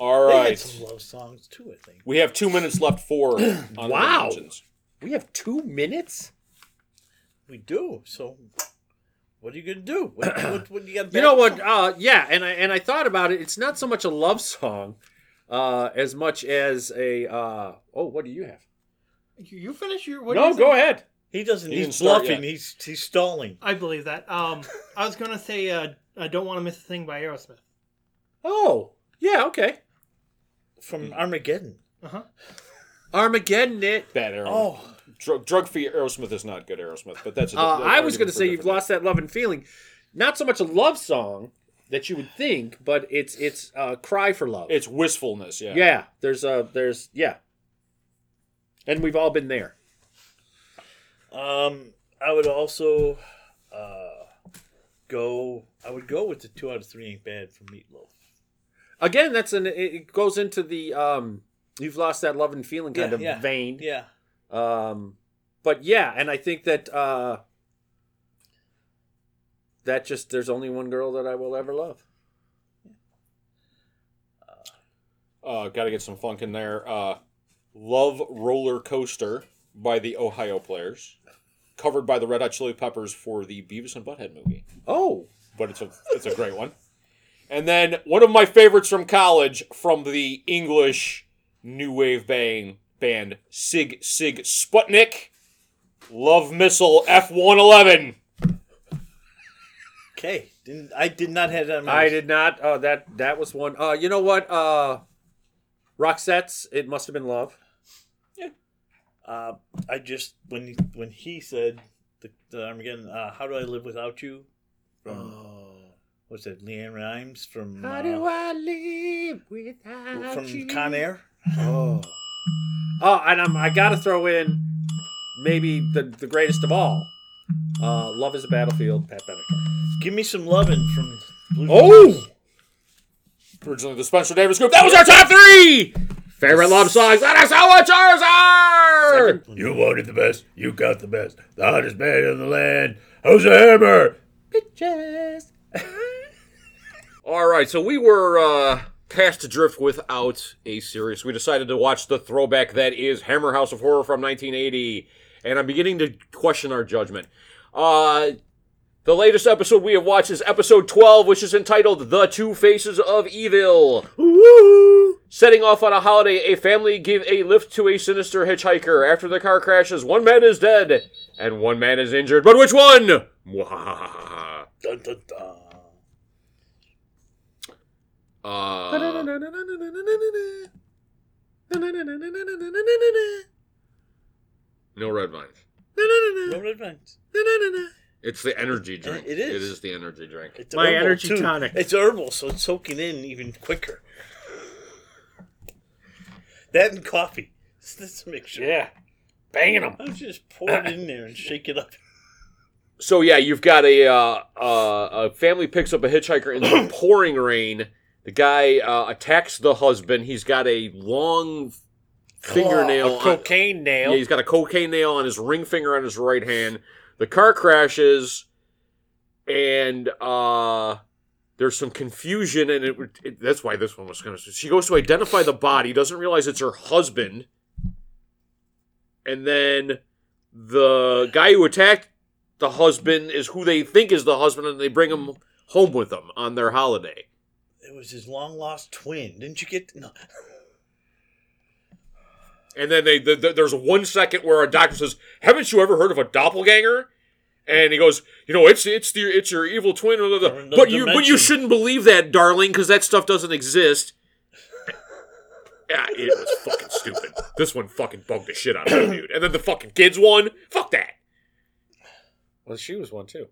[SPEAKER 1] All
[SPEAKER 3] They had
[SPEAKER 1] right.
[SPEAKER 3] some love songs too, I think.
[SPEAKER 1] We have two minutes left for honorable
[SPEAKER 2] Wow.
[SPEAKER 1] mentions.
[SPEAKER 2] We have two minutes?
[SPEAKER 3] We do. So, what are you gonna do? What, what, what you got?
[SPEAKER 2] You know
[SPEAKER 3] back-
[SPEAKER 2] what? Uh, yeah, and I and I thought about it. It's not so much a love song, uh, as much as a uh, oh, what do you have?
[SPEAKER 4] You, you finish your. What
[SPEAKER 2] no,
[SPEAKER 4] is
[SPEAKER 2] go
[SPEAKER 4] it?
[SPEAKER 2] ahead.
[SPEAKER 3] He doesn't.
[SPEAKER 1] He
[SPEAKER 3] he's
[SPEAKER 1] didn't start
[SPEAKER 3] bluffing.
[SPEAKER 1] yet.
[SPEAKER 3] He's he's stalling.
[SPEAKER 4] I believe that. Um, I was gonna say uh, I don't want to miss a thing by Aerosmith.
[SPEAKER 2] Oh, yeah, okay.
[SPEAKER 3] From Armageddon.
[SPEAKER 4] Uh huh.
[SPEAKER 2] Armageddon. It.
[SPEAKER 1] Bad Aerosmith.
[SPEAKER 3] Oh,
[SPEAKER 1] Drug, drug free Aerosmith is not good Aerosmith, but that's. A,
[SPEAKER 2] Uh,
[SPEAKER 1] that's
[SPEAKER 2] I was
[SPEAKER 1] argument for
[SPEAKER 2] going to say
[SPEAKER 1] different
[SPEAKER 2] you've
[SPEAKER 1] day.
[SPEAKER 2] lost that love and feeling. Not so much a love song that you would think, but it's it's a cry for love.
[SPEAKER 1] It's wistfulness. Yeah.
[SPEAKER 2] yeah, there's a there's yeah, and we've all been there.
[SPEAKER 3] um, I would also uh, go. I would go with the two out of three ain't bad for Meatloaf.
[SPEAKER 2] Again, that's an it- it goes into the um you've lost that love and feeling kind
[SPEAKER 3] Yeah,
[SPEAKER 2] of
[SPEAKER 3] yeah,
[SPEAKER 2] vein.
[SPEAKER 3] Yeah,
[SPEAKER 2] Um, but yeah, and I think that uh, that just there's only one girl that I will ever love.
[SPEAKER 1] Uh, Got to get some funk in there. Uh, Love Roller Coaster by the Ohio Players, covered by the Red Hot Chili Peppers for the Beavis and Butthead movie.
[SPEAKER 2] Oh,
[SPEAKER 1] But it's a it's a great one. And then one of my favorites from college, from the English new wave bang band Sig Sig Sputnik, Love Missile F one eleven.
[SPEAKER 3] okay. Didn't I did not have that. In my
[SPEAKER 2] I did not. Oh, that that was one. Uh, you know what? Uh, Roxette's "It Must Have Been Love."
[SPEAKER 3] Uh, I just when he, when he said the, the Armageddon. Uh, How do I live without you? From
[SPEAKER 5] Uh.
[SPEAKER 3] Oh, what's that? Leanne Rhymes from
[SPEAKER 2] How do
[SPEAKER 3] uh,
[SPEAKER 2] I live without
[SPEAKER 3] from
[SPEAKER 2] you?
[SPEAKER 3] Con Air.
[SPEAKER 2] Oh. Oh, and I'm, I gotta throw in maybe the the greatest of all, Uh, Love is a Battlefield, Pat Benatar.
[SPEAKER 3] Give me some lovin' from Blue
[SPEAKER 2] Oh!
[SPEAKER 1] Originally the Spencer Davis Group. That was our top three favorite love songs. Let us know what yours are.
[SPEAKER 5] You wanted the best. You got the best. The hottest man in the land. Jose Hammer.
[SPEAKER 1] All right, so we were uh, cast adrift without a series. We decided to watch the throwback that is Hammer House of Horror from 1980, and I'm beginning to question our judgment. Uh, the latest episode we have watched is episode 12, which is entitled The Two Faces of Evil. Setting off on a holiday, a family give a lift to a sinister hitchhiker. After the car crashes, one man is dead and one man is injured. But which one? Mwahahaha.
[SPEAKER 3] Dun, dun, dun.
[SPEAKER 1] Uh, no red vines.
[SPEAKER 3] No red vines.
[SPEAKER 1] It's the energy drink.
[SPEAKER 3] It is.
[SPEAKER 1] It is the energy drink.
[SPEAKER 3] It's
[SPEAKER 4] My
[SPEAKER 3] herbal,
[SPEAKER 4] energy
[SPEAKER 3] too.
[SPEAKER 4] tonic.
[SPEAKER 3] It's herbal, so it's soaking in even quicker. That and coffee. It's this mixture.
[SPEAKER 1] Yeah. Banging them.
[SPEAKER 3] I just pour it in there and shake it up.
[SPEAKER 1] So yeah, you've got a uh, uh, a family picks up a hitchhiker in the pouring rain. The guy uh, attacks the husband. He's got a long fingernail,
[SPEAKER 2] A
[SPEAKER 1] on-
[SPEAKER 2] cocaine
[SPEAKER 1] Yeah,
[SPEAKER 2] nail.
[SPEAKER 1] he's got a cocaine nail on his ring finger on his right hand. The car crashes, and uh, there's some confusion, and it, it that's why this one was kind of. She goes to identify the body, doesn't realize it's her husband, and then the guy who attacked the husband is who they think is the husband, and they bring him home with them on their holiday.
[SPEAKER 3] It was his long lost twin. Didn't you get no?
[SPEAKER 1] And then they th th there's one second where a doctor says, "Haven't you ever heard of a doppelganger?" And he goes, "You know, it's it's the it's your evil twin." Blah, blah, blah.
[SPEAKER 3] From another
[SPEAKER 1] But you but you
[SPEAKER 3] dimension."
[SPEAKER 1] shouldn't believe that, darling, because that stuff doesn't exist. yeah, it was fucking stupid. This one fucking bugged the shit out of me, dude. And then the fucking kids won. Fuck that.
[SPEAKER 2] Well, she was one too.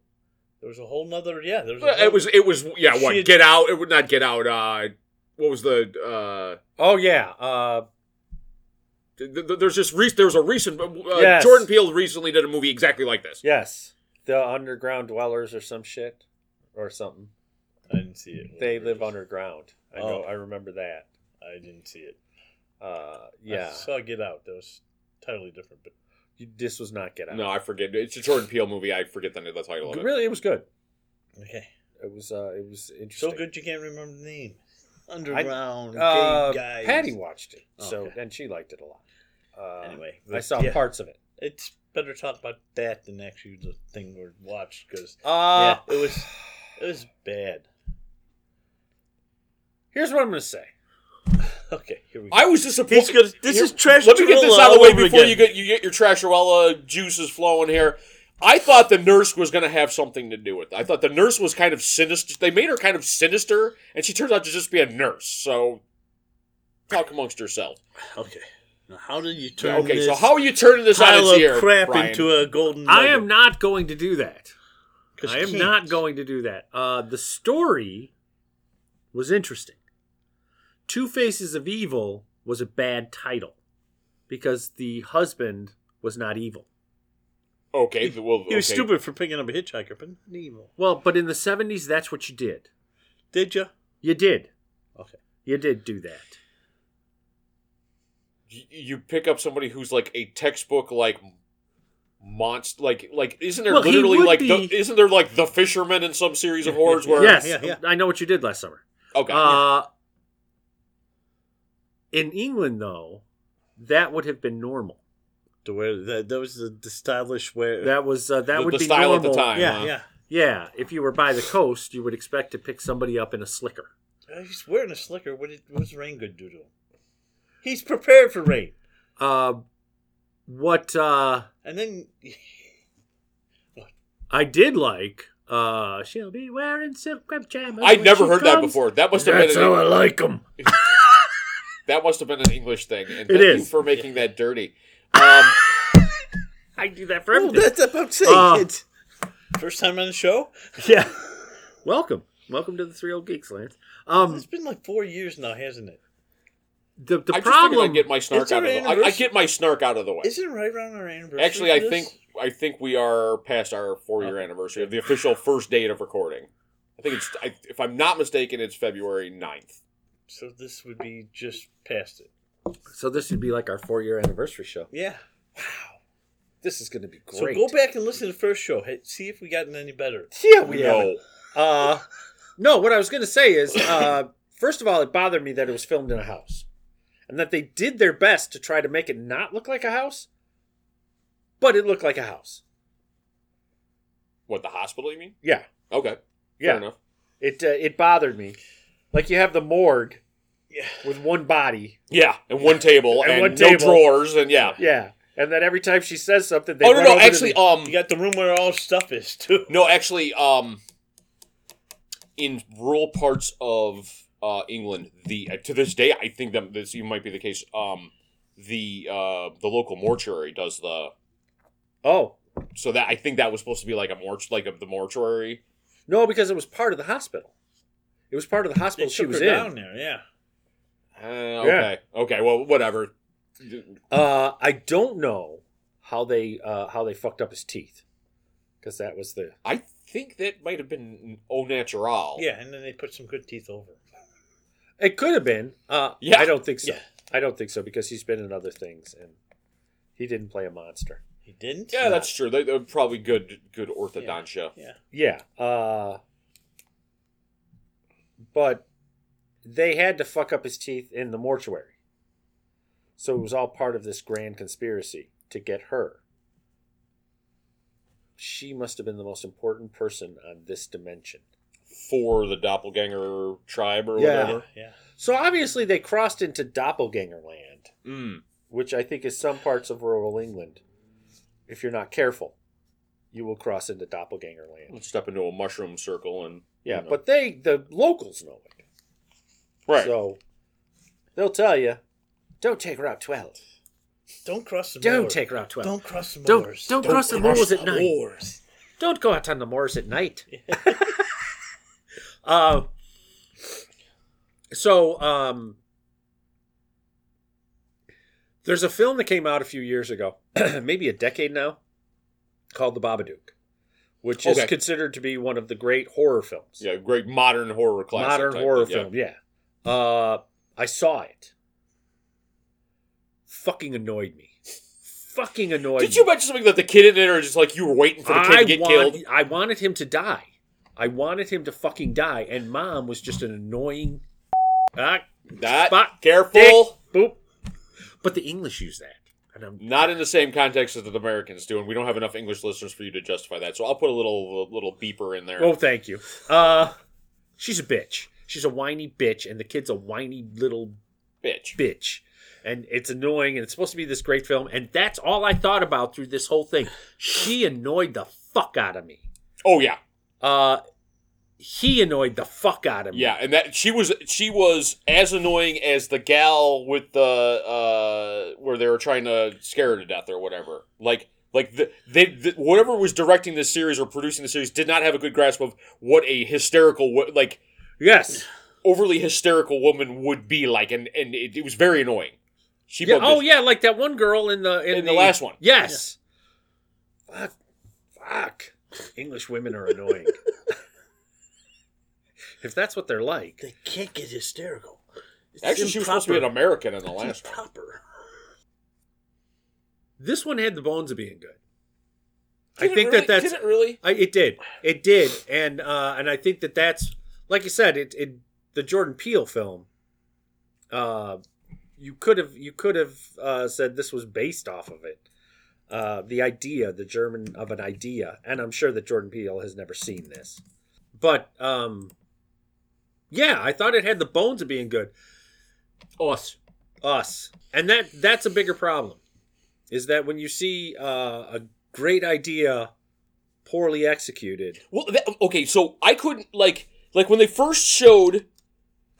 [SPEAKER 3] There was a whole nother. Yeah, there was. A whole,
[SPEAKER 1] It was it was yeah. What
[SPEAKER 3] She had-
[SPEAKER 1] get out? It would not get out. Uh, what was the? Uh,
[SPEAKER 2] Oh yeah. Uh,
[SPEAKER 1] th- th- there's just re- there was a recent uh,
[SPEAKER 2] Yes.
[SPEAKER 1] Jordan Peele recently did a movie exactly like this.
[SPEAKER 2] yes. The underground dwellers or some shit or something.
[SPEAKER 3] I didn't see it.
[SPEAKER 2] They live underground. I know.
[SPEAKER 3] Oh.
[SPEAKER 2] I remember that.
[SPEAKER 3] I didn't see it.
[SPEAKER 2] Uh,
[SPEAKER 3] I
[SPEAKER 2] yeah.
[SPEAKER 3] saw Get Out. That was totally different. But
[SPEAKER 2] You- this was not Get Out.
[SPEAKER 1] No, I forget. It's a Jordan Peele movie. I forget the name. That's why I love it.
[SPEAKER 2] really, it was good.
[SPEAKER 3] okay,
[SPEAKER 2] It was. Uh, it was interesting.
[SPEAKER 3] so good you can't remember the name. Underground
[SPEAKER 2] Uh,
[SPEAKER 3] gay guys.
[SPEAKER 2] Patty watched it, so
[SPEAKER 3] Okay.
[SPEAKER 2] and she liked it a lot. Uh,
[SPEAKER 3] Anyway,
[SPEAKER 2] I saw
[SPEAKER 3] yeah.
[SPEAKER 2] parts of it.
[SPEAKER 3] It's better talk about that than actually the thing we watched because
[SPEAKER 2] Uh,
[SPEAKER 3] yeah, it was it was bad.
[SPEAKER 2] here's what I'm gonna say.
[SPEAKER 3] Okay, here we go.
[SPEAKER 1] I was disappointed.
[SPEAKER 3] He's gonna- this
[SPEAKER 1] Here-
[SPEAKER 3] is trash
[SPEAKER 1] Let me get this
[SPEAKER 3] Torella
[SPEAKER 1] out of the way
[SPEAKER 3] all over
[SPEAKER 1] before you
[SPEAKER 3] again.
[SPEAKER 1] get you get your trashuela juices flowing here. I thought the nurse was going to have something to do with it. I thought the nurse was kind of sinister. They made her kind of sinister, and she turns out to just be a nurse. So talk amongst yourselves.
[SPEAKER 3] okay, now how did you turn
[SPEAKER 1] Okay,
[SPEAKER 3] this
[SPEAKER 1] so how are you turning this
[SPEAKER 3] pile
[SPEAKER 1] on
[SPEAKER 3] of
[SPEAKER 1] its ear,
[SPEAKER 3] crap
[SPEAKER 1] Brian?
[SPEAKER 3] into a golden?
[SPEAKER 2] I am not going to do that. I am
[SPEAKER 3] can't.
[SPEAKER 2] not going to do that. Uh, the story was interesting. Two Faces of Evil was a bad title because the husband was not evil.
[SPEAKER 1] okay, th- well,
[SPEAKER 3] He was
[SPEAKER 1] okay.
[SPEAKER 3] stupid for picking up a hitchhiker, but not evil.
[SPEAKER 2] Well, but in the 70s, that's what you did.
[SPEAKER 3] Did you?
[SPEAKER 2] You did.
[SPEAKER 3] Okay.
[SPEAKER 2] You did do that.
[SPEAKER 1] y- you pick up somebody who's like a textbook like monster like like isn't there
[SPEAKER 2] Well, he
[SPEAKER 1] literally
[SPEAKER 2] would
[SPEAKER 1] like
[SPEAKER 2] be-
[SPEAKER 1] the, isn't there like the fisherman in some series of horrors where
[SPEAKER 2] yes,
[SPEAKER 3] yeah, yeah.
[SPEAKER 2] I know what you did last summer.
[SPEAKER 1] okay
[SPEAKER 2] Uh, in England, though, that would have been normal.
[SPEAKER 3] To wear that? That was the, the stylish wear.
[SPEAKER 2] That was uh, that
[SPEAKER 1] the,
[SPEAKER 2] would
[SPEAKER 1] the
[SPEAKER 2] be
[SPEAKER 1] style at
[SPEAKER 2] normal.
[SPEAKER 1] the time
[SPEAKER 3] yeah,
[SPEAKER 1] huh?
[SPEAKER 3] yeah.
[SPEAKER 2] Yeah, if you were by the coast, you would expect to pick somebody up in a slicker.
[SPEAKER 3] Uh, He's wearing a slicker. What did, what's rain good do to him? He's prepared for rain,
[SPEAKER 2] Uh, what uh,
[SPEAKER 3] and then
[SPEAKER 2] I did like, uh, she'll be wearing silk pajamas.
[SPEAKER 1] I'd
[SPEAKER 2] when
[SPEAKER 1] never
[SPEAKER 2] she
[SPEAKER 1] heard that
[SPEAKER 2] comes."
[SPEAKER 1] before that must have
[SPEAKER 5] That's
[SPEAKER 1] been
[SPEAKER 5] how I
[SPEAKER 1] an,
[SPEAKER 5] like them.
[SPEAKER 1] that must have been an English thing and thank you
[SPEAKER 2] is.
[SPEAKER 1] for making that dirty um,
[SPEAKER 2] I do that
[SPEAKER 1] Oh,
[SPEAKER 2] for everything.
[SPEAKER 3] about saying
[SPEAKER 2] Uh,
[SPEAKER 3] First time on the show.
[SPEAKER 2] yeah. Welcome, welcome to the Three Old Geeks, Lance. Um,
[SPEAKER 3] It's been like four years now, hasn't it?
[SPEAKER 2] the, the
[SPEAKER 1] I just figured
[SPEAKER 2] problem
[SPEAKER 1] I'd get my snark
[SPEAKER 3] It's
[SPEAKER 1] out
[SPEAKER 3] our
[SPEAKER 1] of the way. I, I
[SPEAKER 3] anniversary-
[SPEAKER 1] get my snark out of the way.
[SPEAKER 3] Is it right around our anniversary?
[SPEAKER 1] Actually, I
[SPEAKER 3] for this?
[SPEAKER 1] think I think we are past our four year anniversary of the official first date of recording. I think it's I, if I'm not mistaken, it's February 9th.
[SPEAKER 3] so. This would be just past it.
[SPEAKER 2] so this would be like our four year anniversary show
[SPEAKER 3] Yeah.
[SPEAKER 2] this is going to be
[SPEAKER 3] So
[SPEAKER 2] great
[SPEAKER 3] go back and listen to the first show. Hey, see if we gotten any better.
[SPEAKER 2] yeah
[SPEAKER 1] We
[SPEAKER 2] haven't.
[SPEAKER 1] know.
[SPEAKER 2] uh no what i was going to say is uh first of all it bothered me that it was filmed in a house and that they did their best to try to make it not look like a house but it looked like a house
[SPEAKER 1] What the hospital? You mean?
[SPEAKER 2] yeah
[SPEAKER 1] Okay.
[SPEAKER 2] yeah
[SPEAKER 1] Fair enough.
[SPEAKER 2] it uh, it bothered me like you have the morgue
[SPEAKER 3] Yeah.
[SPEAKER 2] with one body
[SPEAKER 1] Yeah, and one table and,
[SPEAKER 2] And one
[SPEAKER 1] no
[SPEAKER 2] table.
[SPEAKER 1] drawers and yeah.
[SPEAKER 2] yeah and then every time she says something they
[SPEAKER 1] oh no
[SPEAKER 2] run
[SPEAKER 1] no
[SPEAKER 2] over to
[SPEAKER 1] actually
[SPEAKER 2] the-
[SPEAKER 1] um
[SPEAKER 3] You got the room where all stuff is too.
[SPEAKER 1] no actually um in rural parts of uh, England the uh, to this day I think that this even might be the case um the uh the local mortuary does the
[SPEAKER 2] oh
[SPEAKER 1] so that I think that was supposed to be like a morch like of the mortuary.
[SPEAKER 2] No, because it was part of the hospital. It was part of the
[SPEAKER 3] They
[SPEAKER 2] hospital she
[SPEAKER 3] took
[SPEAKER 2] was
[SPEAKER 3] her down
[SPEAKER 2] in.
[SPEAKER 3] there. Yeah.
[SPEAKER 1] Uh, okay. Okay. Well, whatever.
[SPEAKER 2] Uh, I don't know how they uh, how they fucked up his teeth, because that was the
[SPEAKER 1] I think that might have been au natural.
[SPEAKER 3] Yeah, and then they put some good teeth over.
[SPEAKER 2] it could have been. Uh,
[SPEAKER 1] Yeah.
[SPEAKER 2] I don't think so.
[SPEAKER 3] Yeah.
[SPEAKER 2] I don't think so because he's been in other things and he didn't play a monster.
[SPEAKER 3] He didn't.
[SPEAKER 1] Yeah, that's true. They, they're probably good. Good orthodontia.
[SPEAKER 3] Yeah.
[SPEAKER 2] Yeah. Uh, but they had to fuck up his teeth in the mortuary, so it was all part of this grand conspiracy to get her. She must have been the most important person on this dimension.
[SPEAKER 1] for the doppelganger tribe or
[SPEAKER 2] Yeah.
[SPEAKER 1] whatever.
[SPEAKER 3] Yeah.
[SPEAKER 2] So obviously they crossed into doppelganger land,
[SPEAKER 1] Mm.
[SPEAKER 2] which I think is some parts of rural England. If you're not careful, you will cross into doppelganger land.
[SPEAKER 1] Let's step into a mushroom circle and
[SPEAKER 2] Yeah,
[SPEAKER 1] you know.
[SPEAKER 2] but they the locals know it.
[SPEAKER 1] right.
[SPEAKER 2] So they'll tell you, don't take Route 12.
[SPEAKER 3] Don't cross the.
[SPEAKER 2] Don't
[SPEAKER 3] moor.
[SPEAKER 2] take Route 12.
[SPEAKER 3] Don't cross the
[SPEAKER 2] Don't-
[SPEAKER 3] moors.
[SPEAKER 2] don't cross the moors at night.
[SPEAKER 3] moors.
[SPEAKER 2] Don't go out on the moors at night. uh, so um, there's a film that came out a few years ago, maybe a decade now, called The Babadook, which
[SPEAKER 1] Okay.
[SPEAKER 2] is considered to be one of the great horror films.
[SPEAKER 1] Yeah, great modern horror classic.
[SPEAKER 2] modern
[SPEAKER 1] type
[SPEAKER 2] horror
[SPEAKER 1] thing, yeah.
[SPEAKER 2] film. Yeah. Uh, I saw it. Fucking annoyed me. Fucking annoyed.
[SPEAKER 1] Did you
[SPEAKER 2] me.
[SPEAKER 1] mention something that the kid in it are just like you were waiting for the kid
[SPEAKER 2] I
[SPEAKER 1] to get
[SPEAKER 2] want-
[SPEAKER 1] killed?
[SPEAKER 2] I wanted him to die. I wanted him to fucking die, and mom was just an annoying. Ah,
[SPEAKER 1] That
[SPEAKER 2] Spot
[SPEAKER 1] careful.
[SPEAKER 2] boop. But the English use that, and I'm
[SPEAKER 1] Not in the same context as the Americans do, and we don't have enough English listeners for you to justify that. So I'll put a little a little beeper in there.
[SPEAKER 2] Oh, thank you. Uh, she's a bitch. She's a whiny bitch, and the kid's a whiny little
[SPEAKER 1] Bitch.
[SPEAKER 2] bitch. And it's annoying, and it's supposed to be this great film, and that's all I thought about through this whole thing. She annoyed the fuck out of me.
[SPEAKER 1] Oh yeah.
[SPEAKER 2] Uh, he annoyed the fuck out of me.
[SPEAKER 1] Yeah, and that she was she was as annoying as the gal with the uh where they were trying to scare her to death or whatever. Like like the, they the, whatever was directing this series or producing the series did not have a good grasp of what a hysterical wo- like
[SPEAKER 2] Yes.
[SPEAKER 1] overly hysterical woman would be like, and and it, it was very annoying. She
[SPEAKER 2] Yeah,
[SPEAKER 1] bugged
[SPEAKER 2] oh
[SPEAKER 1] us.
[SPEAKER 2] yeah, like that one girl in the in,
[SPEAKER 1] In the last one.
[SPEAKER 2] Yes. Fuck. Fuck. English women are annoying. if that's what they're like.
[SPEAKER 3] They can't get hysterical. It's
[SPEAKER 1] Actually, she was supposed to be an
[SPEAKER 3] improper.
[SPEAKER 1] American in the
[SPEAKER 3] It's
[SPEAKER 1] last one.
[SPEAKER 3] improper.
[SPEAKER 2] This one had the bones of being good.
[SPEAKER 1] Did
[SPEAKER 2] I
[SPEAKER 1] it
[SPEAKER 2] think
[SPEAKER 1] really-
[SPEAKER 2] that
[SPEAKER 1] did
[SPEAKER 2] that's
[SPEAKER 1] it really.
[SPEAKER 2] I, it did. It did, and uh, and I think that that's like you said. It, it the Jordan Peele film. Uh, you could have you could have uh, said this was based off of it. Uh, the idea, the German of an idea, and I'm sure that Jordan Peele has never seen this, but um, yeah, I thought it had the bones of being good. Us, us, and that that's a bigger problem. Is that when you see uh, a great idea poorly executed.
[SPEAKER 1] Well, that, okay, so I couldn't like like when they first showed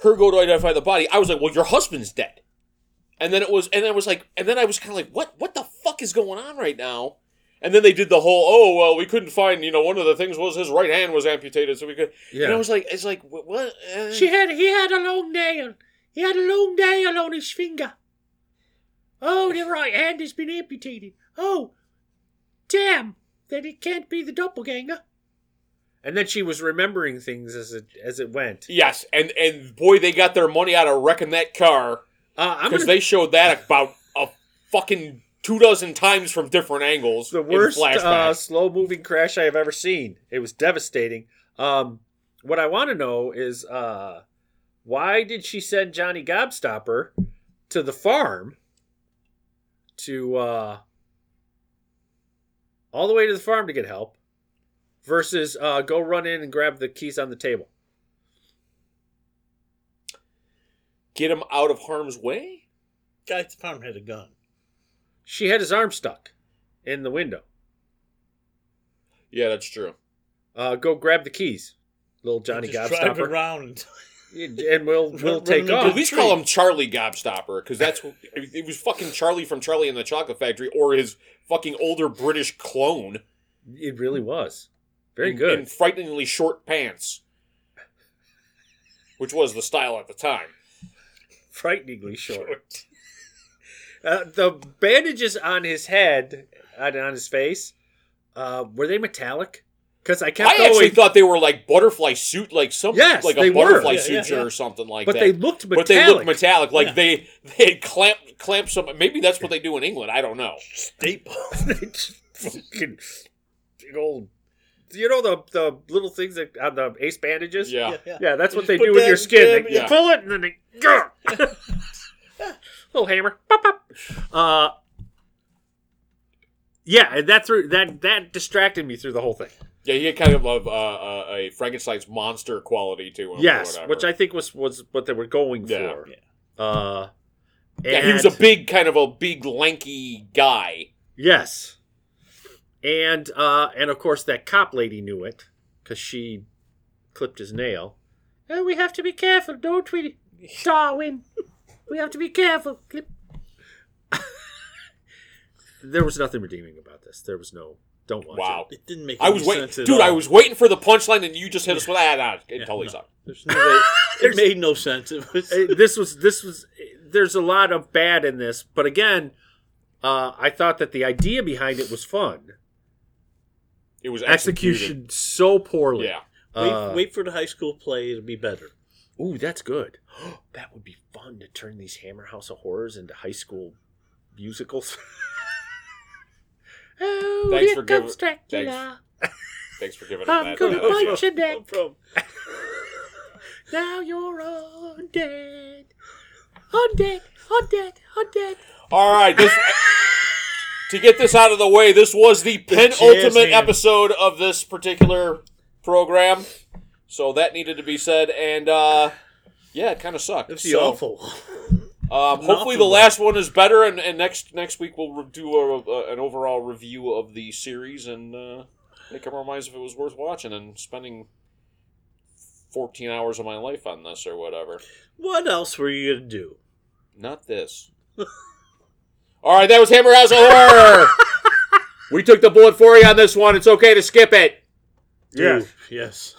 [SPEAKER 1] her go to identify the body, I was like, "Well, your husband's dead," and then it was, and then I was like, and then I was kind of like, "What? What the fuck is going on right now?" And then they did the whole, "Oh, well, we couldn't find," you know, one of the things was his right hand was amputated, so we could. And I was like, "It's like wh- what?" Uh,
[SPEAKER 2] she had he had a long nail. He had a long nail on his finger. Oh, the right hand has been amputated. Oh, damn! Then it can't be the doppelganger. And then she was remembering things as it as it went.
[SPEAKER 1] Yes, and and boy, they got their money out of wrecking that car
[SPEAKER 2] Uh, I'm
[SPEAKER 1] because
[SPEAKER 2] gonna,
[SPEAKER 1] they showed that about a fucking two dozen times from different angles.
[SPEAKER 2] the
[SPEAKER 1] in
[SPEAKER 2] worst uh,
[SPEAKER 1] flashbacks.
[SPEAKER 2] slow moving crash I have ever seen. It was devastating. Um, what I want to know is uh, why did she send Johnny Gobstopper to the farm to uh, all the way to the farm to get help versus uh, go run in and grab the keys on the table?
[SPEAKER 1] Get him out of harm's way.
[SPEAKER 3] Guy at the farm had a gun.
[SPEAKER 2] She had his arm stuck in the window.
[SPEAKER 1] Yeah, that's true.
[SPEAKER 2] Uh, go grab the keys, little Johnny
[SPEAKER 3] Just drive
[SPEAKER 2] Gobstopper,
[SPEAKER 3] around. and-
[SPEAKER 2] and we'll we'll
[SPEAKER 3] Run
[SPEAKER 2] take
[SPEAKER 3] him into
[SPEAKER 1] At
[SPEAKER 2] off.
[SPEAKER 3] the-
[SPEAKER 1] least call him Charlie Gobstopper because that's wh- it was fucking Charlie from Charlie and the Chocolate Factory or his fucking older British clone.
[SPEAKER 2] It really was very
[SPEAKER 1] in-
[SPEAKER 2] good.
[SPEAKER 1] in frighteningly short pants, which was the style at the time.
[SPEAKER 2] frighteningly short. Uh, the bandages on his head and on his face uh, were they metallic? Because I kept
[SPEAKER 1] I
[SPEAKER 2] going,
[SPEAKER 1] actually thought they were like butterfly suit, like some
[SPEAKER 2] Yes,
[SPEAKER 1] like
[SPEAKER 2] they
[SPEAKER 1] a
[SPEAKER 2] were.
[SPEAKER 1] butterfly
[SPEAKER 3] Yeah,
[SPEAKER 1] suit
[SPEAKER 3] yeah, yeah.
[SPEAKER 1] or something like
[SPEAKER 2] but
[SPEAKER 1] that.
[SPEAKER 2] they looked
[SPEAKER 1] But
[SPEAKER 2] metallic.
[SPEAKER 1] they looked metallic, like
[SPEAKER 3] Yeah.
[SPEAKER 1] they they had clamp clamp some. Maybe that's what they do in England. I don't know.
[SPEAKER 3] Staple.
[SPEAKER 2] Fucking big old. You know the the little things that on the ace bandages.
[SPEAKER 1] Yeah,
[SPEAKER 2] yeah, that's
[SPEAKER 3] You
[SPEAKER 2] what
[SPEAKER 3] just
[SPEAKER 2] they
[SPEAKER 3] put
[SPEAKER 2] do with
[SPEAKER 3] that
[SPEAKER 2] your
[SPEAKER 3] in
[SPEAKER 2] skin.
[SPEAKER 3] jam,
[SPEAKER 2] They
[SPEAKER 1] yeah.
[SPEAKER 2] pull it and then they. Grr! little hammer. Pop, pop. Uh, yeah, and that through that that distracted me through the whole thing.
[SPEAKER 1] yeah, he had kind of a, uh, a Frankenstein's monster quality to him. or
[SPEAKER 2] Yes,
[SPEAKER 1] whatever.
[SPEAKER 2] which I think was was what they were going
[SPEAKER 1] Yeah.
[SPEAKER 2] for. Uh,
[SPEAKER 1] yeah, he was a
[SPEAKER 2] and-
[SPEAKER 1] big kind of a big lanky guy.
[SPEAKER 2] yes, and uh, and of course that cop lady knew it because she clipped his nail. Oh, we have to be careful, don't we, Darwin? We have to be careful. Clip. there was nothing redeeming about this. There was no. Don't watch
[SPEAKER 1] Wow,
[SPEAKER 3] It didn't make.
[SPEAKER 1] I
[SPEAKER 3] any
[SPEAKER 1] was waiting,
[SPEAKER 3] sense at
[SPEAKER 1] dude.
[SPEAKER 3] all.
[SPEAKER 2] uh,
[SPEAKER 1] I was waiting for the punchline, and you just hit us with that. Ah, it totally
[SPEAKER 3] no.
[SPEAKER 1] sucked.
[SPEAKER 3] There's no way- it made no sense. It was.
[SPEAKER 2] it. Uh, This was this was. There's a lot of bad in this, but again, uh, I thought that the idea behind it was fun.
[SPEAKER 1] It was executed.
[SPEAKER 2] execution so poorly.
[SPEAKER 1] Yeah.
[SPEAKER 3] wait,
[SPEAKER 2] Uh,
[SPEAKER 3] wait for the high school play; it'll be better.
[SPEAKER 2] Ooh, that's good. that would be fun to turn these Hammer House of Horrors into high school musicals. oh,
[SPEAKER 1] Thanks
[SPEAKER 2] here
[SPEAKER 1] for
[SPEAKER 2] comes
[SPEAKER 1] giving-
[SPEAKER 2] Dracula.
[SPEAKER 1] Thanks for giving him
[SPEAKER 2] I'm
[SPEAKER 1] that.
[SPEAKER 2] gonna
[SPEAKER 1] that was-
[SPEAKER 2] bite your neck.
[SPEAKER 3] No problem.
[SPEAKER 2] Now you're undead. Undead, undead, undead.
[SPEAKER 1] All right, this to get this out of the way, this was the penultimate
[SPEAKER 3] hands.
[SPEAKER 1] episode of this particular program, so that needed to be said, and uh, yeah, it kind of sucked.
[SPEAKER 3] It's
[SPEAKER 1] So,
[SPEAKER 3] awful.
[SPEAKER 1] um, hopefully,
[SPEAKER 3] awful
[SPEAKER 1] the
[SPEAKER 3] one.
[SPEAKER 1] last one is better, and, and next next week we'll re- do a, a, an overall review of the series and uh, make up our minds if it was worth watching and spending. 14 hours of my life on this or whatever.
[SPEAKER 3] What else were you gonna do?
[SPEAKER 1] Not this. All right, that was Hammer House of Horror. we took the bullet for you on this one. It's okay to skip it.
[SPEAKER 2] Yes.
[SPEAKER 3] Ooh, yes.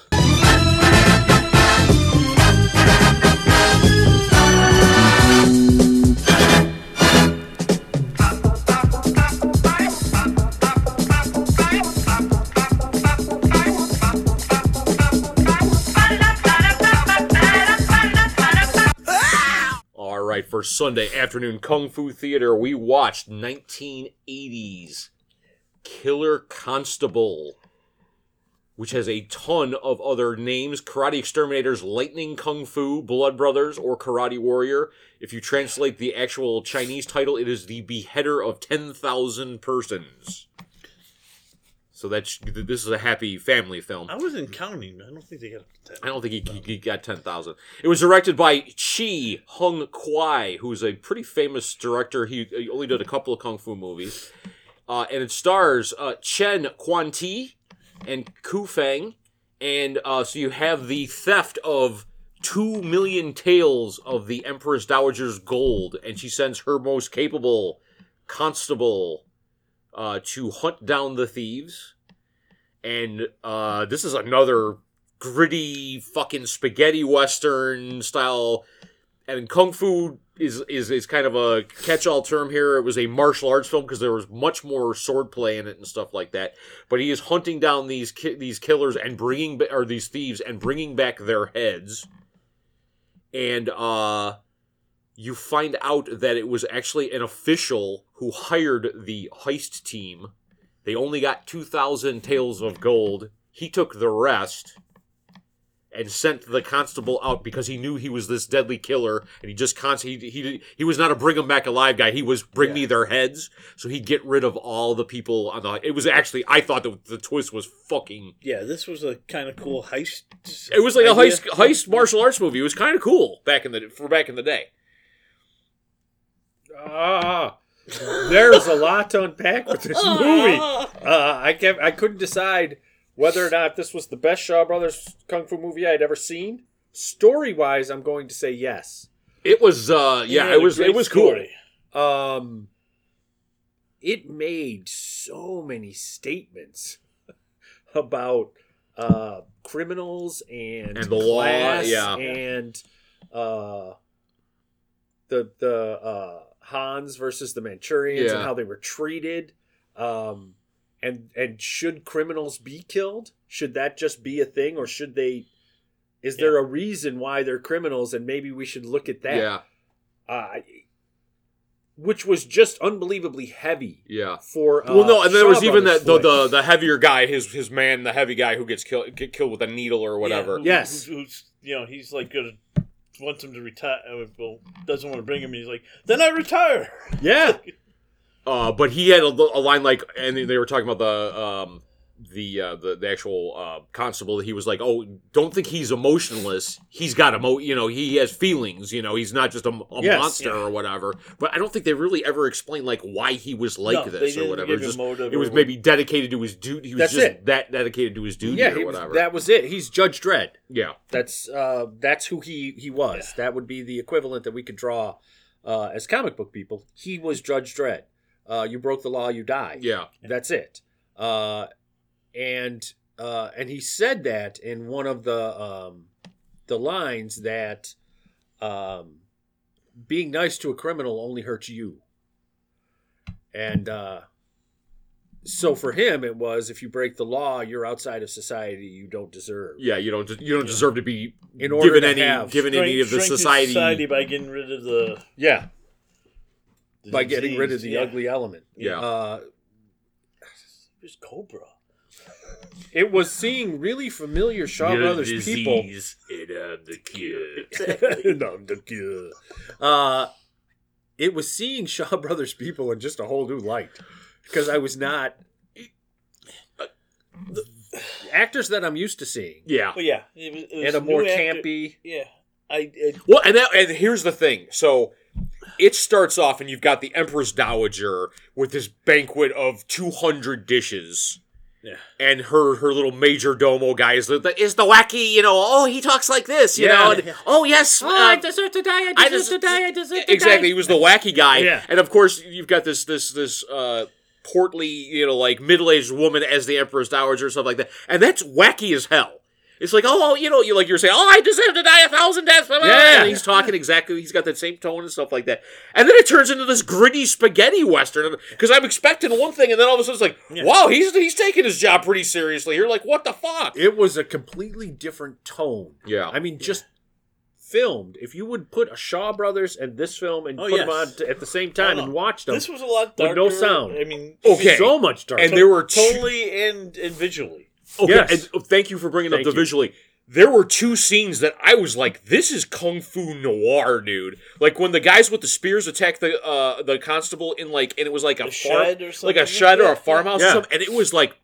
[SPEAKER 1] All right, for Sunday afternoon Kung Fu Theater, we watched 1980s Killer Constable, which has a ton of other names Karate Exterminators, Lightning Kung Fu, Blood Brothers, or Karate Warrior. If you translate the actual Chinese title, it is The Beheader of 10,000 Persons. So that's this is a happy family film.
[SPEAKER 3] I wasn't counting. I don't think they got up to
[SPEAKER 1] I
[SPEAKER 3] ten.
[SPEAKER 1] don't think he, he- he got 10,000. It was directed by Chi Hung Kwai, who's a pretty famous director. He, he only did a couple of kung fu movies. Uh, and it stars uh, Chen Quan Ti and Ku Fang. And uh, so you have the theft of two million taels of the Empress Dowager's gold. And she sends her most capable constable uh, to hunt down the thieves. And uh, this is another gritty fucking spaghetti western style and kung fu is is is kind of a catch-all term here. It was a martial arts film because there was much more swordplay in it and stuff like that. But he is hunting down these ki- these killers and bringing ba- or these thieves and bringing back their heads. And uh, you find out that it was actually an official who hired the heist team. They only got two thousand tails of gold. He took the rest and sent the constable out because he knew he was this deadly killer and he just constantly he, he he was not a bring them back alive guy he was bring me their heads so he'd get rid of all the people on the it was actually i thought that the twist was fucking
[SPEAKER 3] Yeah, this was a kind of cool heist.
[SPEAKER 1] it was like a
[SPEAKER 3] idea.
[SPEAKER 1] heist heist martial arts movie it was kind of cool back in the for back in the day
[SPEAKER 2] Ah, there's a lot to unpack with this movie. Uh, I kept, I couldn't decide whether or not this was the best Shaw Brothers kung fu movie I'd ever seen. Story wise, I'm going to say yes.
[SPEAKER 1] it was uh yeah,
[SPEAKER 3] had
[SPEAKER 1] it
[SPEAKER 3] a
[SPEAKER 1] was it
[SPEAKER 3] great
[SPEAKER 1] was cool
[SPEAKER 3] story.
[SPEAKER 2] Um, it made so many statements about uh, criminals and
[SPEAKER 1] And the law,
[SPEAKER 2] class
[SPEAKER 1] yeah.
[SPEAKER 2] and uh, the the uh, Hans versus the Manchurians and
[SPEAKER 1] Yeah.
[SPEAKER 2] how they were treated. Um, and and should criminals be killed? Should that just be a thing, or should they? Is there a reason why they're criminals, and maybe we should look at that?
[SPEAKER 1] yeah
[SPEAKER 2] uh, which was just unbelievably heavy
[SPEAKER 1] yeah
[SPEAKER 2] for. Uh,
[SPEAKER 1] well, no, and there
[SPEAKER 2] Shaw
[SPEAKER 1] was even
[SPEAKER 2] Brothers
[SPEAKER 1] that the, the
[SPEAKER 2] flick.
[SPEAKER 1] the heavier guy, his his man, the heavy guy who gets killed get killed with a needle or whatever.
[SPEAKER 3] Yeah, who-
[SPEAKER 2] Yes.
[SPEAKER 3] who- who's you know he's like gonna wants him to retire. uh, Well, doesn't want to bring him. And he's like, then I retire.
[SPEAKER 2] yeah,
[SPEAKER 1] Uh, but he had a, a line like, and they were talking about the um, the, uh, the the actual uh, constable. He was like, "Oh, don't think he's emotionless. He's got emo, you know, he has feelings. You know, he's not just a, a
[SPEAKER 2] Yes.
[SPEAKER 1] monster or whatever." But I don't think they really ever explained like why he was like
[SPEAKER 3] No, they
[SPEAKER 1] this or
[SPEAKER 3] didn't
[SPEAKER 1] whatever.
[SPEAKER 3] give
[SPEAKER 1] Just,
[SPEAKER 3] him motive
[SPEAKER 1] it
[SPEAKER 3] or
[SPEAKER 1] was
[SPEAKER 3] what-
[SPEAKER 1] maybe dedicated to his duty. He was
[SPEAKER 2] That's
[SPEAKER 1] just
[SPEAKER 2] it.
[SPEAKER 1] that dedicated to his duty
[SPEAKER 2] yeah.
[SPEAKER 1] or
[SPEAKER 2] he was-
[SPEAKER 1] whatever.
[SPEAKER 2] that was it. He's Judge Dredd.
[SPEAKER 1] yeah,
[SPEAKER 2] That's uh, that's who he he was. That would be the equivalent that we could draw uh, as comic book people. He was Judge Dredd. Uh, you broke the law, you die.
[SPEAKER 1] yeah,
[SPEAKER 2] That's it. Uh, and uh, and he said that in one of the um, the lines that um, being nice to a criminal only hurts you. And uh, so for him, it was if you break the law, you're outside of society. You don't deserve.
[SPEAKER 1] yeah. You don't you don't deserve to be
[SPEAKER 2] In order
[SPEAKER 1] given
[SPEAKER 2] to
[SPEAKER 1] any
[SPEAKER 2] have
[SPEAKER 1] given any
[SPEAKER 3] Shrink-
[SPEAKER 1] of the
[SPEAKER 3] shrink his
[SPEAKER 1] society.
[SPEAKER 3] by getting rid of the,
[SPEAKER 2] Yeah,
[SPEAKER 3] the
[SPEAKER 2] by getting rid of the
[SPEAKER 3] disease. Yeah.
[SPEAKER 2] ugly element.
[SPEAKER 1] Yeah.
[SPEAKER 2] Uh,
[SPEAKER 3] It was Cobra.
[SPEAKER 2] it was seeing really familiar Shaw Brothers people
[SPEAKER 5] And I'm the cure.
[SPEAKER 2] and I'm the cure. Uh, it was seeing Shaw Brothers people in just a whole new light because I was not uh, actors that I'm used to seeing
[SPEAKER 1] Yeah.
[SPEAKER 3] But yeah, it was, it
[SPEAKER 2] and
[SPEAKER 3] was
[SPEAKER 2] a more
[SPEAKER 3] new actor-
[SPEAKER 2] campy.
[SPEAKER 3] Yeah, I it,
[SPEAKER 1] Well, and that, and here's the thing. So it starts off, and you've got the Empress Dowager with this banquet of 200 dishes.
[SPEAKER 2] Yeah.
[SPEAKER 1] And her her little major domo guy is the, is the wacky, you know, oh, he talks like this, you
[SPEAKER 2] Yeah.
[SPEAKER 1] know, and, oh, yes. uh,
[SPEAKER 4] deserve to die.
[SPEAKER 1] I deserve to die, I exactly. He was the wacky guy.
[SPEAKER 2] Yeah.
[SPEAKER 1] And of course, you've got this this this uh portly, you know, like middle-aged woman as the Empress Dowager or something like that. And that's wacky as hell. It's like, oh, you know, you like you're saying, oh, I deserve to die a thousand deaths. Blah, blah, blah.
[SPEAKER 2] Yeah.
[SPEAKER 1] And he's talking exactly. He's got that same tone and stuff like that. And then it turns into this gritty spaghetti western because I'm expecting one thing, and then all of a sudden it's like, wow, he's he's taking his job pretty seriously. You're like, what the fuck?
[SPEAKER 2] It was a completely different tone.
[SPEAKER 1] Yeah.
[SPEAKER 2] I mean, just filmed. If you would put a Shaw Brothers and this film and
[SPEAKER 3] Oh,
[SPEAKER 2] put
[SPEAKER 3] yes.
[SPEAKER 2] them on t- at the same time
[SPEAKER 3] Hold
[SPEAKER 2] and
[SPEAKER 3] on.
[SPEAKER 2] watch them,
[SPEAKER 3] This was a lot
[SPEAKER 2] With
[SPEAKER 3] darker.
[SPEAKER 2] no sound. Oh,
[SPEAKER 3] I mean,
[SPEAKER 1] Okay.
[SPEAKER 2] so much darker.
[SPEAKER 1] And there were two,
[SPEAKER 3] totally and and visually.
[SPEAKER 1] Okay,
[SPEAKER 2] Oh, Yes.
[SPEAKER 1] and thank you for bringing up
[SPEAKER 2] Thank
[SPEAKER 1] the
[SPEAKER 2] you.
[SPEAKER 1] visually. There were two scenes that I was like, "This is kung fu noir, dude!" Like when the guys with the spears attack the uh, the constable in like, and it was like a,
[SPEAKER 3] A
[SPEAKER 1] farm,
[SPEAKER 3] shed or
[SPEAKER 1] like a
[SPEAKER 3] something?
[SPEAKER 1] shed or
[SPEAKER 3] Yeah.
[SPEAKER 1] a farmhouse, or
[SPEAKER 2] Yeah.
[SPEAKER 1] something, and it was like,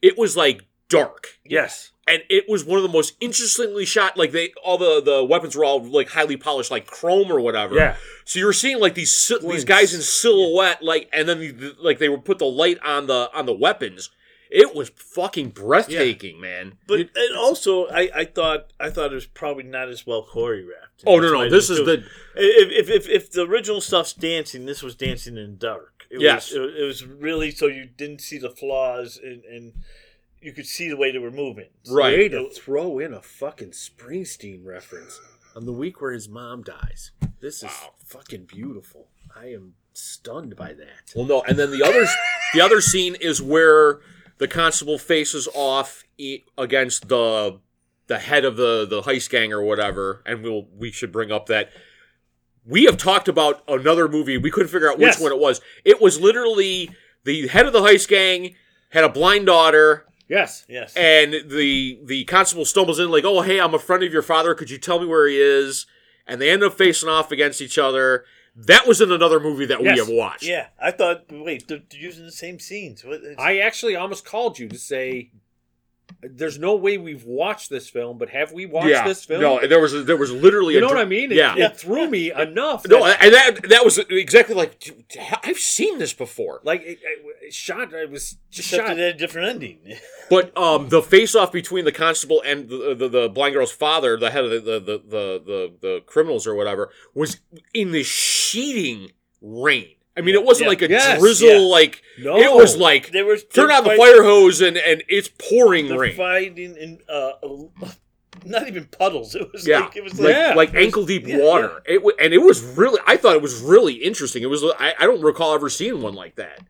[SPEAKER 1] it was like dark,
[SPEAKER 2] yes.
[SPEAKER 1] and it was one of the most interestingly shot. Like they, all the the weapons were all like highly polished, like chrome or whatever.
[SPEAKER 2] Yeah.
[SPEAKER 1] So you were seeing like these si- these
[SPEAKER 2] Glints.
[SPEAKER 1] guys in silhouette, like, and then the, the- like they would put the light on the on the weapons. It was fucking breathtaking, man.
[SPEAKER 3] But and also, I, I thought I thought it was probably not as well choreographed.
[SPEAKER 1] Oh no,
[SPEAKER 3] That's why
[SPEAKER 1] no, this
[SPEAKER 3] they
[SPEAKER 1] is
[SPEAKER 3] do-
[SPEAKER 1] the
[SPEAKER 3] if, if if if the original stuff's dancing, this was dancing in the dark. It
[SPEAKER 1] Yes.
[SPEAKER 3] was, it, it was really so you didn't see the flaws and and you could see the way they were moving. So
[SPEAKER 1] right.
[SPEAKER 2] Way to throw in a fucking Springsteen reference. on the week where his mom dies. This is
[SPEAKER 1] Wow.
[SPEAKER 2] fucking beautiful. I am stunned by that.
[SPEAKER 1] Well, no, and then the other the other scene is where the constable faces off e- against the the head of the the heist gang or whatever, and we'll we should bring up that we have talked about another movie. We couldn't figure out which
[SPEAKER 3] Yes.
[SPEAKER 1] one it was. It was literally the head of the heist gang had a blind daughter
[SPEAKER 2] Yes.
[SPEAKER 3] Yes.
[SPEAKER 1] and the the constable stumbles in like, "Oh, hey, I'm a friend of your father. Could you tell me where he is?" And they end up facing off against each other. That was in another movie that
[SPEAKER 2] Yes.
[SPEAKER 1] we have watched.
[SPEAKER 3] yeah, I thought. Wait, they're they're using the same scenes. What, it's-
[SPEAKER 2] I actually almost called you to say there's no way we've watched this film, but have we watched this film?
[SPEAKER 1] No, there was there was literally
[SPEAKER 2] you
[SPEAKER 1] a
[SPEAKER 2] know
[SPEAKER 1] dr-
[SPEAKER 2] what I mean? It,
[SPEAKER 1] yeah.
[SPEAKER 2] it threw me enough.
[SPEAKER 1] No,
[SPEAKER 2] that-
[SPEAKER 1] and that that was exactly like dude, I've seen this before.
[SPEAKER 2] like it, it, it shot. I was just
[SPEAKER 3] except
[SPEAKER 2] shot.
[SPEAKER 3] it had a different ending.
[SPEAKER 1] But um, the face off between the constable and the, the the blind girl's father, the head of the the, the the the the criminals or whatever, was in the sheeting rain. I mean, it wasn't
[SPEAKER 3] Yeah.
[SPEAKER 1] like a
[SPEAKER 2] Yes,
[SPEAKER 1] drizzle.
[SPEAKER 3] yeah.
[SPEAKER 1] Like
[SPEAKER 2] No.
[SPEAKER 1] it was like
[SPEAKER 3] They were
[SPEAKER 1] turn on the
[SPEAKER 3] quite-
[SPEAKER 1] fire hose and and it's pouring
[SPEAKER 3] They're
[SPEAKER 1] rain.
[SPEAKER 3] fighting in uh, a- not even puddles. It was
[SPEAKER 1] Yeah.
[SPEAKER 3] like it was
[SPEAKER 1] like,
[SPEAKER 3] like
[SPEAKER 2] Yeah.
[SPEAKER 1] like ankle deep
[SPEAKER 3] yeah,
[SPEAKER 1] water. It w- and it was really. I thought it was really interesting. It was. I, I don't recall ever seeing one like that.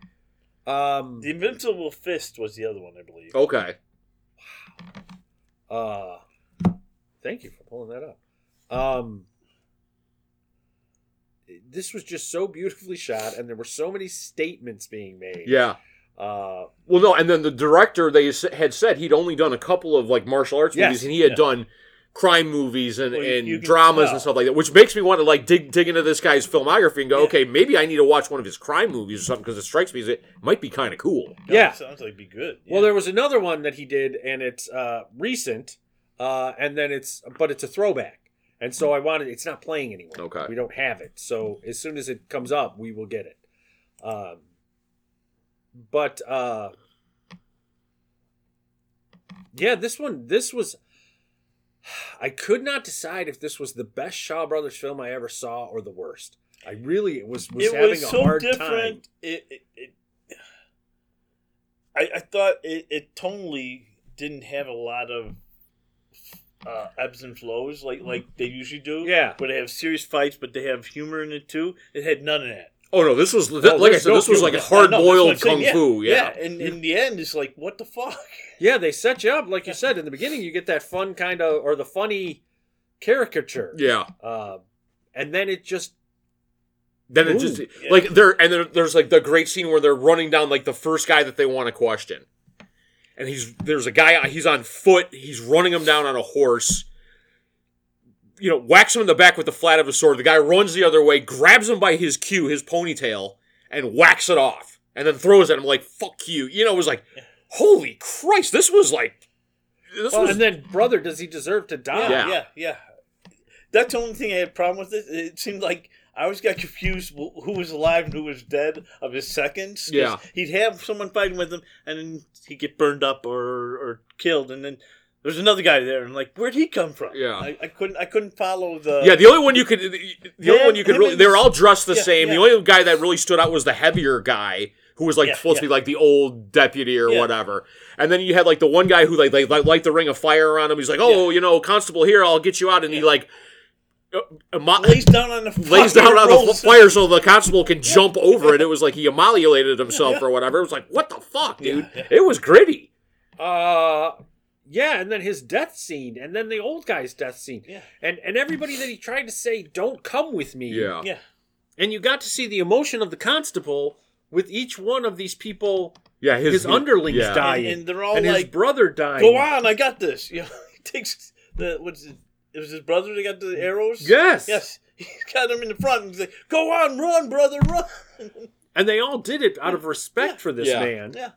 [SPEAKER 2] Um,
[SPEAKER 3] the Invincible Fist was the other one, I believe.
[SPEAKER 1] Okay.
[SPEAKER 2] Uh, thank you for pulling that up. Um, this was just so beautifully shot, and there were so many statements being made.
[SPEAKER 1] Yeah.
[SPEAKER 2] Uh,
[SPEAKER 1] Well, no, and then the director they s- had said he'd only done a couple of like martial arts
[SPEAKER 2] Yes,
[SPEAKER 1] movies, and he had
[SPEAKER 3] yeah.
[SPEAKER 1] done crime movies and,
[SPEAKER 3] Well, you-
[SPEAKER 1] and
[SPEAKER 3] you can
[SPEAKER 1] dramas
[SPEAKER 3] tell.
[SPEAKER 1] and stuff like that, which makes me want to like dig dig into this guy's filmography and go,
[SPEAKER 3] Yeah.
[SPEAKER 1] okay, maybe I need to watch one of his crime movies or something because it strikes me as it might be kind of cool.
[SPEAKER 3] No,
[SPEAKER 2] Yeah.
[SPEAKER 3] it sounds like it'd be good.
[SPEAKER 2] Well, there was another one that he did, and it's uh, recent, uh, and then it's but it's a throwback, and so I wanted it's not playing anywhere.
[SPEAKER 1] Okay.
[SPEAKER 2] we don't have it, so as soon as it comes up, we will get it. Um, but uh, yeah, this one, this was. I could not decide if this was the best Shaw Brothers film I ever saw or the worst. I really was was
[SPEAKER 3] it
[SPEAKER 2] having
[SPEAKER 3] was
[SPEAKER 2] a
[SPEAKER 3] so
[SPEAKER 2] hard time.
[SPEAKER 3] different. It, it, it, I, I thought it, it totally didn't have a lot of uh, ebbs and flows like like they usually do.
[SPEAKER 2] Yeah.
[SPEAKER 3] where they have serious fights, but they have humor in it too. It had none of that.
[SPEAKER 1] Oh no, this was
[SPEAKER 2] No,
[SPEAKER 1] like I
[SPEAKER 2] there's
[SPEAKER 1] said,
[SPEAKER 2] no
[SPEAKER 1] this was
[SPEAKER 2] humor.
[SPEAKER 1] like a
[SPEAKER 2] No,
[SPEAKER 1] hard
[SPEAKER 3] I know, that's what I'm
[SPEAKER 1] boiled
[SPEAKER 3] saying.
[SPEAKER 1] kung fu. Yeah.
[SPEAKER 3] and in the end, it's like, what the fuck?
[SPEAKER 2] Yeah, they set you up, like you said in the beginning. You get that fun kind of, or the funny caricature,
[SPEAKER 1] yeah.
[SPEAKER 2] uh, and then it just
[SPEAKER 1] Then it
[SPEAKER 2] Ooh.
[SPEAKER 1] just
[SPEAKER 3] Yeah.
[SPEAKER 1] like there and there, there's like the great scene where they're running down like the first guy that they want to question, and he's there's a guy he's on foot he's running him down on a horse. You know, whacks him in the back with the flat of his sword. The guy runs the other way, grabs him by his cue, his ponytail, and whacks it off, and then throws at him like "fuck you." You know, it was like, holy Christ, this was like, this
[SPEAKER 2] Well,
[SPEAKER 1] was
[SPEAKER 2] and then, brother, does he deserve to die?
[SPEAKER 1] Yeah.
[SPEAKER 3] yeah, yeah. That's the only thing I had a problem with. It. It seemed like I always got confused wh- who was alive and who was dead of his seconds. 'cause
[SPEAKER 1] Yeah.
[SPEAKER 3] he'd have someone fighting with him, and then he'd get burned up or or killed, and then there's another guy there, and like, where'd he come from?
[SPEAKER 1] Yeah.
[SPEAKER 3] I, I couldn't I couldn't follow the
[SPEAKER 1] Yeah, the only one you could, the the only
[SPEAKER 3] Uh, Him-
[SPEAKER 1] one you could
[SPEAKER 3] him
[SPEAKER 1] really,
[SPEAKER 3] and
[SPEAKER 1] they were
[SPEAKER 3] his-
[SPEAKER 1] all dressed the
[SPEAKER 3] yeah,
[SPEAKER 1] same. The
[SPEAKER 3] yeah.
[SPEAKER 1] only guy that really stood out was the heavier guy who was like
[SPEAKER 3] Yeah,
[SPEAKER 1] supposed to be like the old deputy or
[SPEAKER 3] Yeah.
[SPEAKER 1] whatever. And then you had like the one guy who like like like light the ring of fire around him. He's like, oh, you know, constable here, I'll get you out, and he like. uh, amo-
[SPEAKER 3] lays down on the
[SPEAKER 1] lays down on the
[SPEAKER 3] rolls.
[SPEAKER 1] fire so the constable can jump over it. It was like he emolliated himself or whatever. It was like, what the fuck, dude? It was gritty.
[SPEAKER 2] Uh, yeah, and then his death scene, and then the old guy's death scene,
[SPEAKER 3] Yeah.
[SPEAKER 2] and and everybody that he tried to say, "Don't come with me."
[SPEAKER 3] Yeah,
[SPEAKER 2] and you got to see the emotion of the constable with each one of these people,
[SPEAKER 1] Yeah. His,
[SPEAKER 2] his, underlings
[SPEAKER 1] yeah.
[SPEAKER 2] dying,
[SPEAKER 3] And- and they're all
[SPEAKER 2] and his
[SPEAKER 3] Oh, like,
[SPEAKER 2] brother dying.
[SPEAKER 3] go on, I got this. You know, he takes the what's it? It was his brother that got the arrows.
[SPEAKER 2] Yes.
[SPEAKER 3] yes. He got him in the front and he's like, "Go on, run, brother, run!"
[SPEAKER 2] and they all did it out of respect for this
[SPEAKER 1] Yeah.
[SPEAKER 2] man.
[SPEAKER 3] Yeah.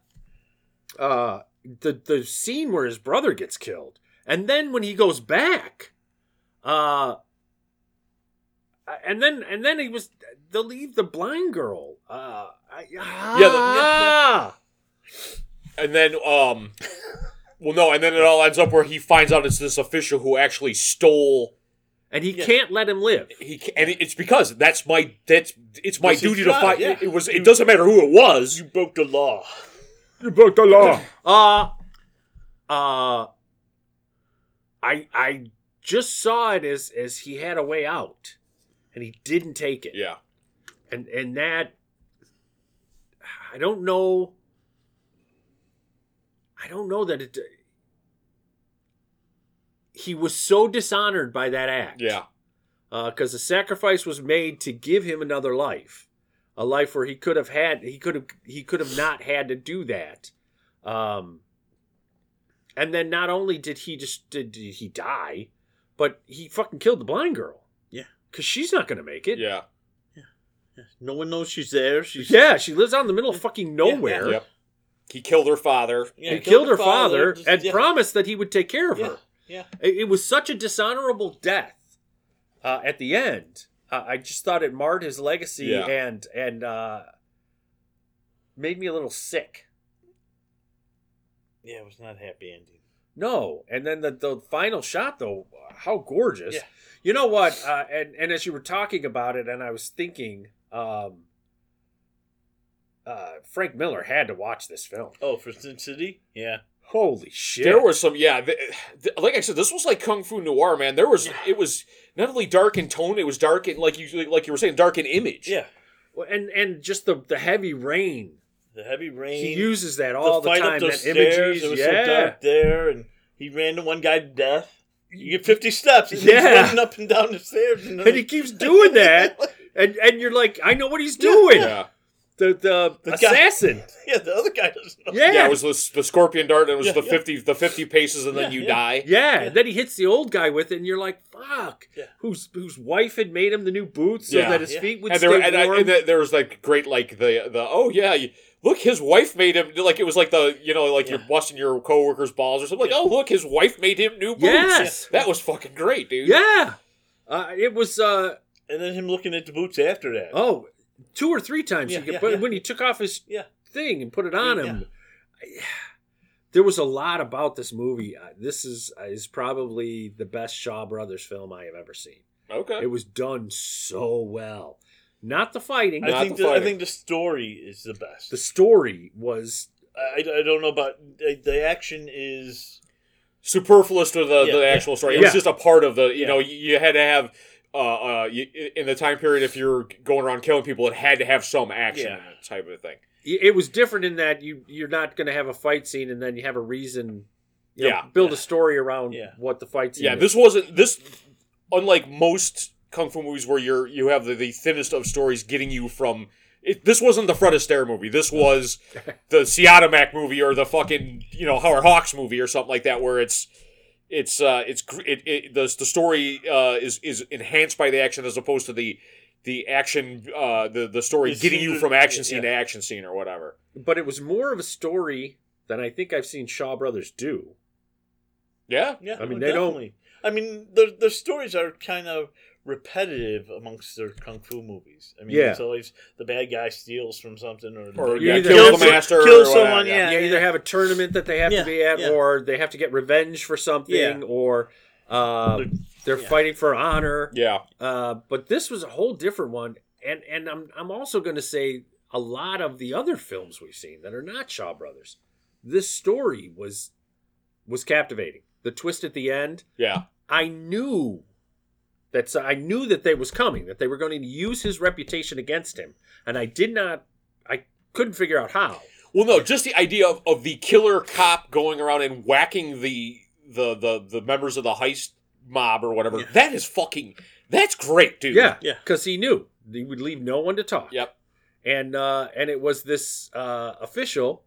[SPEAKER 2] Uh, the the scene where his brother gets killed, and then when he goes back, uh, and then and then he was they leave the blind girl. Uh, I, ah,
[SPEAKER 1] And then, um, well, no, and then it all ends up where he finds out it's this official who actually stole.
[SPEAKER 2] and he
[SPEAKER 3] Yeah.
[SPEAKER 2] can't let him live.
[SPEAKER 1] He ca- and it's because that's my that's it's my
[SPEAKER 3] Was his
[SPEAKER 1] duty to
[SPEAKER 3] job,
[SPEAKER 1] find.
[SPEAKER 3] yeah.
[SPEAKER 1] It, it was. It doesn't matter who it was.
[SPEAKER 3] You broke the law.
[SPEAKER 5] You broke the law.
[SPEAKER 2] Uh, uh, I I just saw it as as he had a way out, and he didn't take it.
[SPEAKER 1] Yeah.
[SPEAKER 2] and and that I don't know. I don't know that it. He was so dishonored by that act.
[SPEAKER 1] Yeah.
[SPEAKER 2] because the sacrifice was made to give him another life, a life where he could have had he could have he could have not had to do that, um, and then not only did he just did, did he die, but he fucking killed the blind girl.
[SPEAKER 3] Yeah.
[SPEAKER 2] because she's not gonna make it.
[SPEAKER 1] Yeah.
[SPEAKER 3] No one knows she's there. She's
[SPEAKER 2] yeah, she lives out in the middle of fucking nowhere.
[SPEAKER 1] Yep. He killed her father.
[SPEAKER 3] Yeah,
[SPEAKER 2] and killed her father,
[SPEAKER 3] just-
[SPEAKER 2] and
[SPEAKER 3] yeah,
[SPEAKER 2] promised that he would take care of
[SPEAKER 3] yeah,
[SPEAKER 2] her.
[SPEAKER 3] Yeah.
[SPEAKER 2] It, it was such a dishonorable death uh, at the end. Uh, I just thought it marred his legacy
[SPEAKER 1] Yeah.
[SPEAKER 2] and and uh, made me a little sick.
[SPEAKER 3] Yeah, it was not a happy ending.
[SPEAKER 2] No, and then the, the final shot though, how gorgeous!
[SPEAKER 3] Yeah.
[SPEAKER 2] You know what? Uh, and and as you were talking about it, and I was thinking, um, uh, Frank Miller had to watch this film.
[SPEAKER 3] Oh, for Sin City? Yeah.
[SPEAKER 2] Holy shit!
[SPEAKER 1] There was some, yeah. Th- th- like I said, this was like kung fu noir, man. There was, it was not only dark in tone, it was dark in like you, like you were saying, dark in image.
[SPEAKER 3] Yeah.
[SPEAKER 2] Well, and and just the the heavy rain
[SPEAKER 3] The heavy rain.
[SPEAKER 2] He uses that all the,
[SPEAKER 3] fight
[SPEAKER 2] time.
[SPEAKER 3] up those
[SPEAKER 2] That
[SPEAKER 3] stairs.
[SPEAKER 2] images,
[SPEAKER 3] It was
[SPEAKER 2] yeah.
[SPEAKER 3] so dark there, and he ran to one guy to death. You get 50 steps, and he's
[SPEAKER 2] Yeah.
[SPEAKER 3] running up and down the stairs. And,
[SPEAKER 2] and he keeps doing that, and and you're like, I know what he's doing.
[SPEAKER 1] Yeah.
[SPEAKER 2] The the,
[SPEAKER 3] The guy-
[SPEAKER 2] assassin.
[SPEAKER 3] yeah, the other guy doesn't know.
[SPEAKER 2] Yeah.
[SPEAKER 1] Yeah, it was the, the scorpion dart, and it was
[SPEAKER 3] Yeah,
[SPEAKER 1] the
[SPEAKER 3] yeah.
[SPEAKER 1] fifty, the fifty paces, and then
[SPEAKER 3] Yeah,
[SPEAKER 1] you
[SPEAKER 3] yeah.
[SPEAKER 1] die.
[SPEAKER 2] Yeah, and then he hits the old guy with it, and you're like, "Fuck!"
[SPEAKER 3] Yeah.
[SPEAKER 2] Whose whose wife had made him the new boots so
[SPEAKER 1] Yeah.
[SPEAKER 2] that his
[SPEAKER 3] Yeah.
[SPEAKER 2] feet would
[SPEAKER 1] and
[SPEAKER 2] stay
[SPEAKER 1] there, and, I,
[SPEAKER 3] uh,
[SPEAKER 2] warm.
[SPEAKER 1] and there- there was like great like the the oh yeah you, look his wife made him like it was like the you know like you're
[SPEAKER 3] Yeah.
[SPEAKER 1] busting your coworkers balls or something like
[SPEAKER 3] Yeah.
[SPEAKER 1] oh look his wife made him new boots
[SPEAKER 2] Yes.
[SPEAKER 1] that was fucking great dude
[SPEAKER 2] yeah, uh, it was uh,
[SPEAKER 3] And then him looking at the boots after that.
[SPEAKER 2] oh two or three times.
[SPEAKER 3] Yeah,
[SPEAKER 2] he could,
[SPEAKER 3] yeah,
[SPEAKER 2] but
[SPEAKER 3] yeah.
[SPEAKER 2] when he took off his
[SPEAKER 3] Yeah.
[SPEAKER 2] thing and put it on
[SPEAKER 3] Yeah.
[SPEAKER 2] him, I- there was a lot about this movie. Uh, This is is probably the best Shaw Brothers film I have ever seen.
[SPEAKER 1] okay
[SPEAKER 2] It was done so well. Not the fighting.
[SPEAKER 3] I
[SPEAKER 1] Not
[SPEAKER 3] think
[SPEAKER 1] the
[SPEAKER 3] the, I
[SPEAKER 1] fighting.
[SPEAKER 3] think the story is the best.
[SPEAKER 2] the story was
[SPEAKER 3] I, I don't know about the, the action is
[SPEAKER 1] superfluous to the,
[SPEAKER 3] Yeah.
[SPEAKER 1] the actual story it was
[SPEAKER 2] Yeah.
[SPEAKER 1] just a part of the you
[SPEAKER 3] Yeah.
[SPEAKER 1] know you, you had to have uh, uh you, in the time period if you're going around killing people it had to have some action
[SPEAKER 3] Yeah.
[SPEAKER 1] in it type of thing
[SPEAKER 2] it was different in that you you're not going to have a fight scene and then you have a reason you know,
[SPEAKER 1] Yeah.
[SPEAKER 2] build
[SPEAKER 3] Yeah.
[SPEAKER 2] a story around
[SPEAKER 3] Yeah.
[SPEAKER 2] what the fight scene
[SPEAKER 1] yeah
[SPEAKER 2] is.
[SPEAKER 1] this wasn't this unlike most kung fu movies where you're you have the, the thinnest of stories getting you from it, this wasn't the Fred Astaire movie. This was the Siadamac movie or the fucking you know Howard Hawks movie or something like that, where it's it's uh it's gr- it, it the, the story uh is is enhanced by the action as opposed to the the action uh the the story
[SPEAKER 3] The
[SPEAKER 1] getting
[SPEAKER 3] scene
[SPEAKER 1] you
[SPEAKER 3] to-
[SPEAKER 1] from action scene to
[SPEAKER 3] yeah.
[SPEAKER 1] action scene or whatever.
[SPEAKER 2] but it was more of a story than I think I've seen Shaw Brothers do.
[SPEAKER 1] Yeah,
[SPEAKER 3] yeah.
[SPEAKER 2] I mean,
[SPEAKER 3] oh,
[SPEAKER 2] they don't-
[SPEAKER 3] definitely. I mean, their their stories are kind of repetitive amongst their kung fu movies. I mean,
[SPEAKER 2] Yeah.
[SPEAKER 3] it's always the bad guy steals from something or,
[SPEAKER 1] or
[SPEAKER 2] You
[SPEAKER 1] yeah,
[SPEAKER 2] either
[SPEAKER 1] kill
[SPEAKER 2] kill
[SPEAKER 1] the
[SPEAKER 2] some-
[SPEAKER 1] master,
[SPEAKER 3] kill
[SPEAKER 1] or whatever,
[SPEAKER 3] someone, yeah.
[SPEAKER 2] you either have a tournament that they have
[SPEAKER 3] Yeah,
[SPEAKER 2] to be at,
[SPEAKER 3] yeah.
[SPEAKER 2] or they have to get revenge for something,
[SPEAKER 3] Yeah.
[SPEAKER 2] or uh,
[SPEAKER 3] They're-
[SPEAKER 2] they're
[SPEAKER 3] yeah.
[SPEAKER 2] fighting for honor.
[SPEAKER 1] yeah,
[SPEAKER 2] Uh, but this was a whole different one, and and I'm I'm also going to say a lot of the other films we've seen that are not Shaw Brothers, this story was was captivating. The twist at the end,
[SPEAKER 1] yeah,
[SPEAKER 2] I knew that's I knew that they was coming, that they were going to use his reputation against him, and I did not, I couldn't figure out how.
[SPEAKER 1] Well, no, just the idea of, of the killer cop going around and whacking the the the, the members of the heist mob or whatever.
[SPEAKER 3] Yeah.
[SPEAKER 1] That is fucking. That's great, dude.
[SPEAKER 2] Yeah,
[SPEAKER 3] Yeah.
[SPEAKER 2] because he knew he would leave no one to talk.
[SPEAKER 1] Yep.
[SPEAKER 2] and uh, and it was this uh, official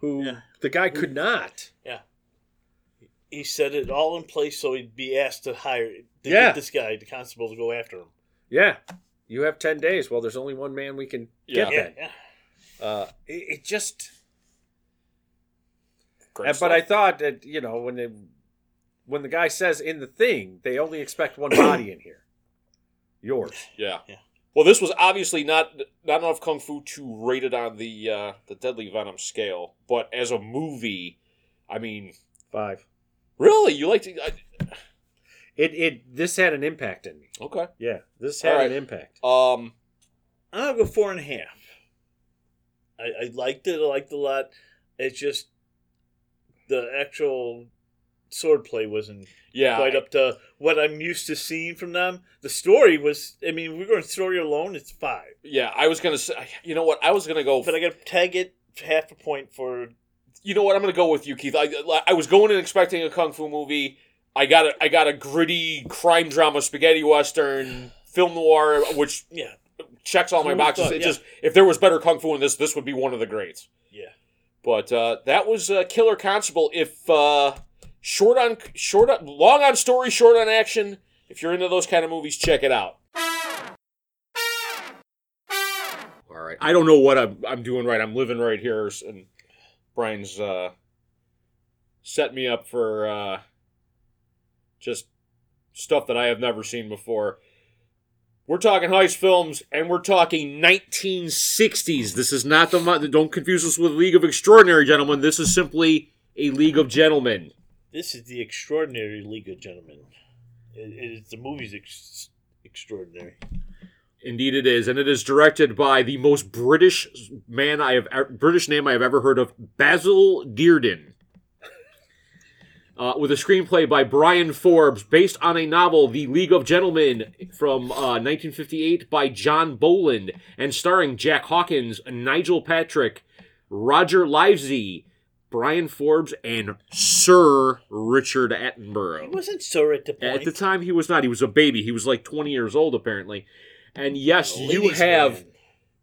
[SPEAKER 2] who
[SPEAKER 3] Yeah.
[SPEAKER 2] the guy could not.
[SPEAKER 3] he set it all in place so he'd be asked to hire to
[SPEAKER 2] Yeah.
[SPEAKER 3] get this guy, the constable, to go after him.
[SPEAKER 2] Yeah, you have ten days. Well, there's only one man we can
[SPEAKER 1] Yeah.
[SPEAKER 2] get
[SPEAKER 3] Yeah,
[SPEAKER 2] that.
[SPEAKER 3] yeah.
[SPEAKER 2] Uh, it, it just.
[SPEAKER 1] Great
[SPEAKER 2] uh,
[SPEAKER 1] stuff.
[SPEAKER 2] but I thought that you know when they when the guy says in the thing they only expect one body in here. Yours.
[SPEAKER 1] yeah.
[SPEAKER 3] Yeah.
[SPEAKER 1] Well, this was obviously not not enough kung fu to rate it on the uh, the deadly venom scale, but as a movie, I mean,
[SPEAKER 2] Five.
[SPEAKER 1] really, you like to? I,
[SPEAKER 2] It it this had an impact in me.
[SPEAKER 1] okay.
[SPEAKER 2] Yeah, this had
[SPEAKER 1] All right.
[SPEAKER 2] an impact.
[SPEAKER 1] Um.
[SPEAKER 3] I'll go four and a half. I, I liked it. I liked it a lot. It's just the actual swordplay wasn't
[SPEAKER 1] Yeah,
[SPEAKER 3] quite up to what I'm used to seeing from them. The story was, I mean, we're going story alone, it's five.
[SPEAKER 1] yeah. I was gonna say, you know what? I was gonna go.
[SPEAKER 3] But I got to tag it half a point for.
[SPEAKER 1] you know what? I'm gonna go with you, Keith. I I was going in expecting a kung fu movie. I got a I got a gritty crime drama spaghetti western film noir, which
[SPEAKER 3] Yeah.
[SPEAKER 1] checks all my
[SPEAKER 3] Who would've
[SPEAKER 1] boxes.
[SPEAKER 3] thought,
[SPEAKER 1] it
[SPEAKER 3] yeah.
[SPEAKER 1] just if there was better kung fu in this, this would be one of the greats.
[SPEAKER 3] Yeah.
[SPEAKER 1] But uh, that was uh, Killer Constable. If uh, short on short on, long on story, short on action. If you're into those kind of movies, check it out. All right. I don't know what I'm, I'm doing right. I'm living right here, and Brian's uh, set me up for uh, just stuff that I have never seen before. We're talking heist films, and we're talking 1960s. This is not the mo- don't confuse us with League of Extraordinary Gentlemen. This is simply a League of Gentlemen.
[SPEAKER 3] This is the extraordinary League of Gentlemen. It, it is the movie's ex- extraordinary.
[SPEAKER 1] Indeed, it is, and it is directed by the most British man I have ever, British name I have ever heard of, Basil Dearden. Uh, with a screenplay by Brian Forbes, based on a novel, *The League of Gentlemen*, from uh, 1958 by John Boland, and starring Jack Hawkins, Nigel Patrick, Roger Livesey, Brian Forbes, and Sir Richard Attenborough.
[SPEAKER 3] It wasn't so at the point.
[SPEAKER 1] At the time, he was not. He was a baby. He was like 20 years old, apparently. And yes, you
[SPEAKER 3] Ladies'
[SPEAKER 1] have
[SPEAKER 3] man.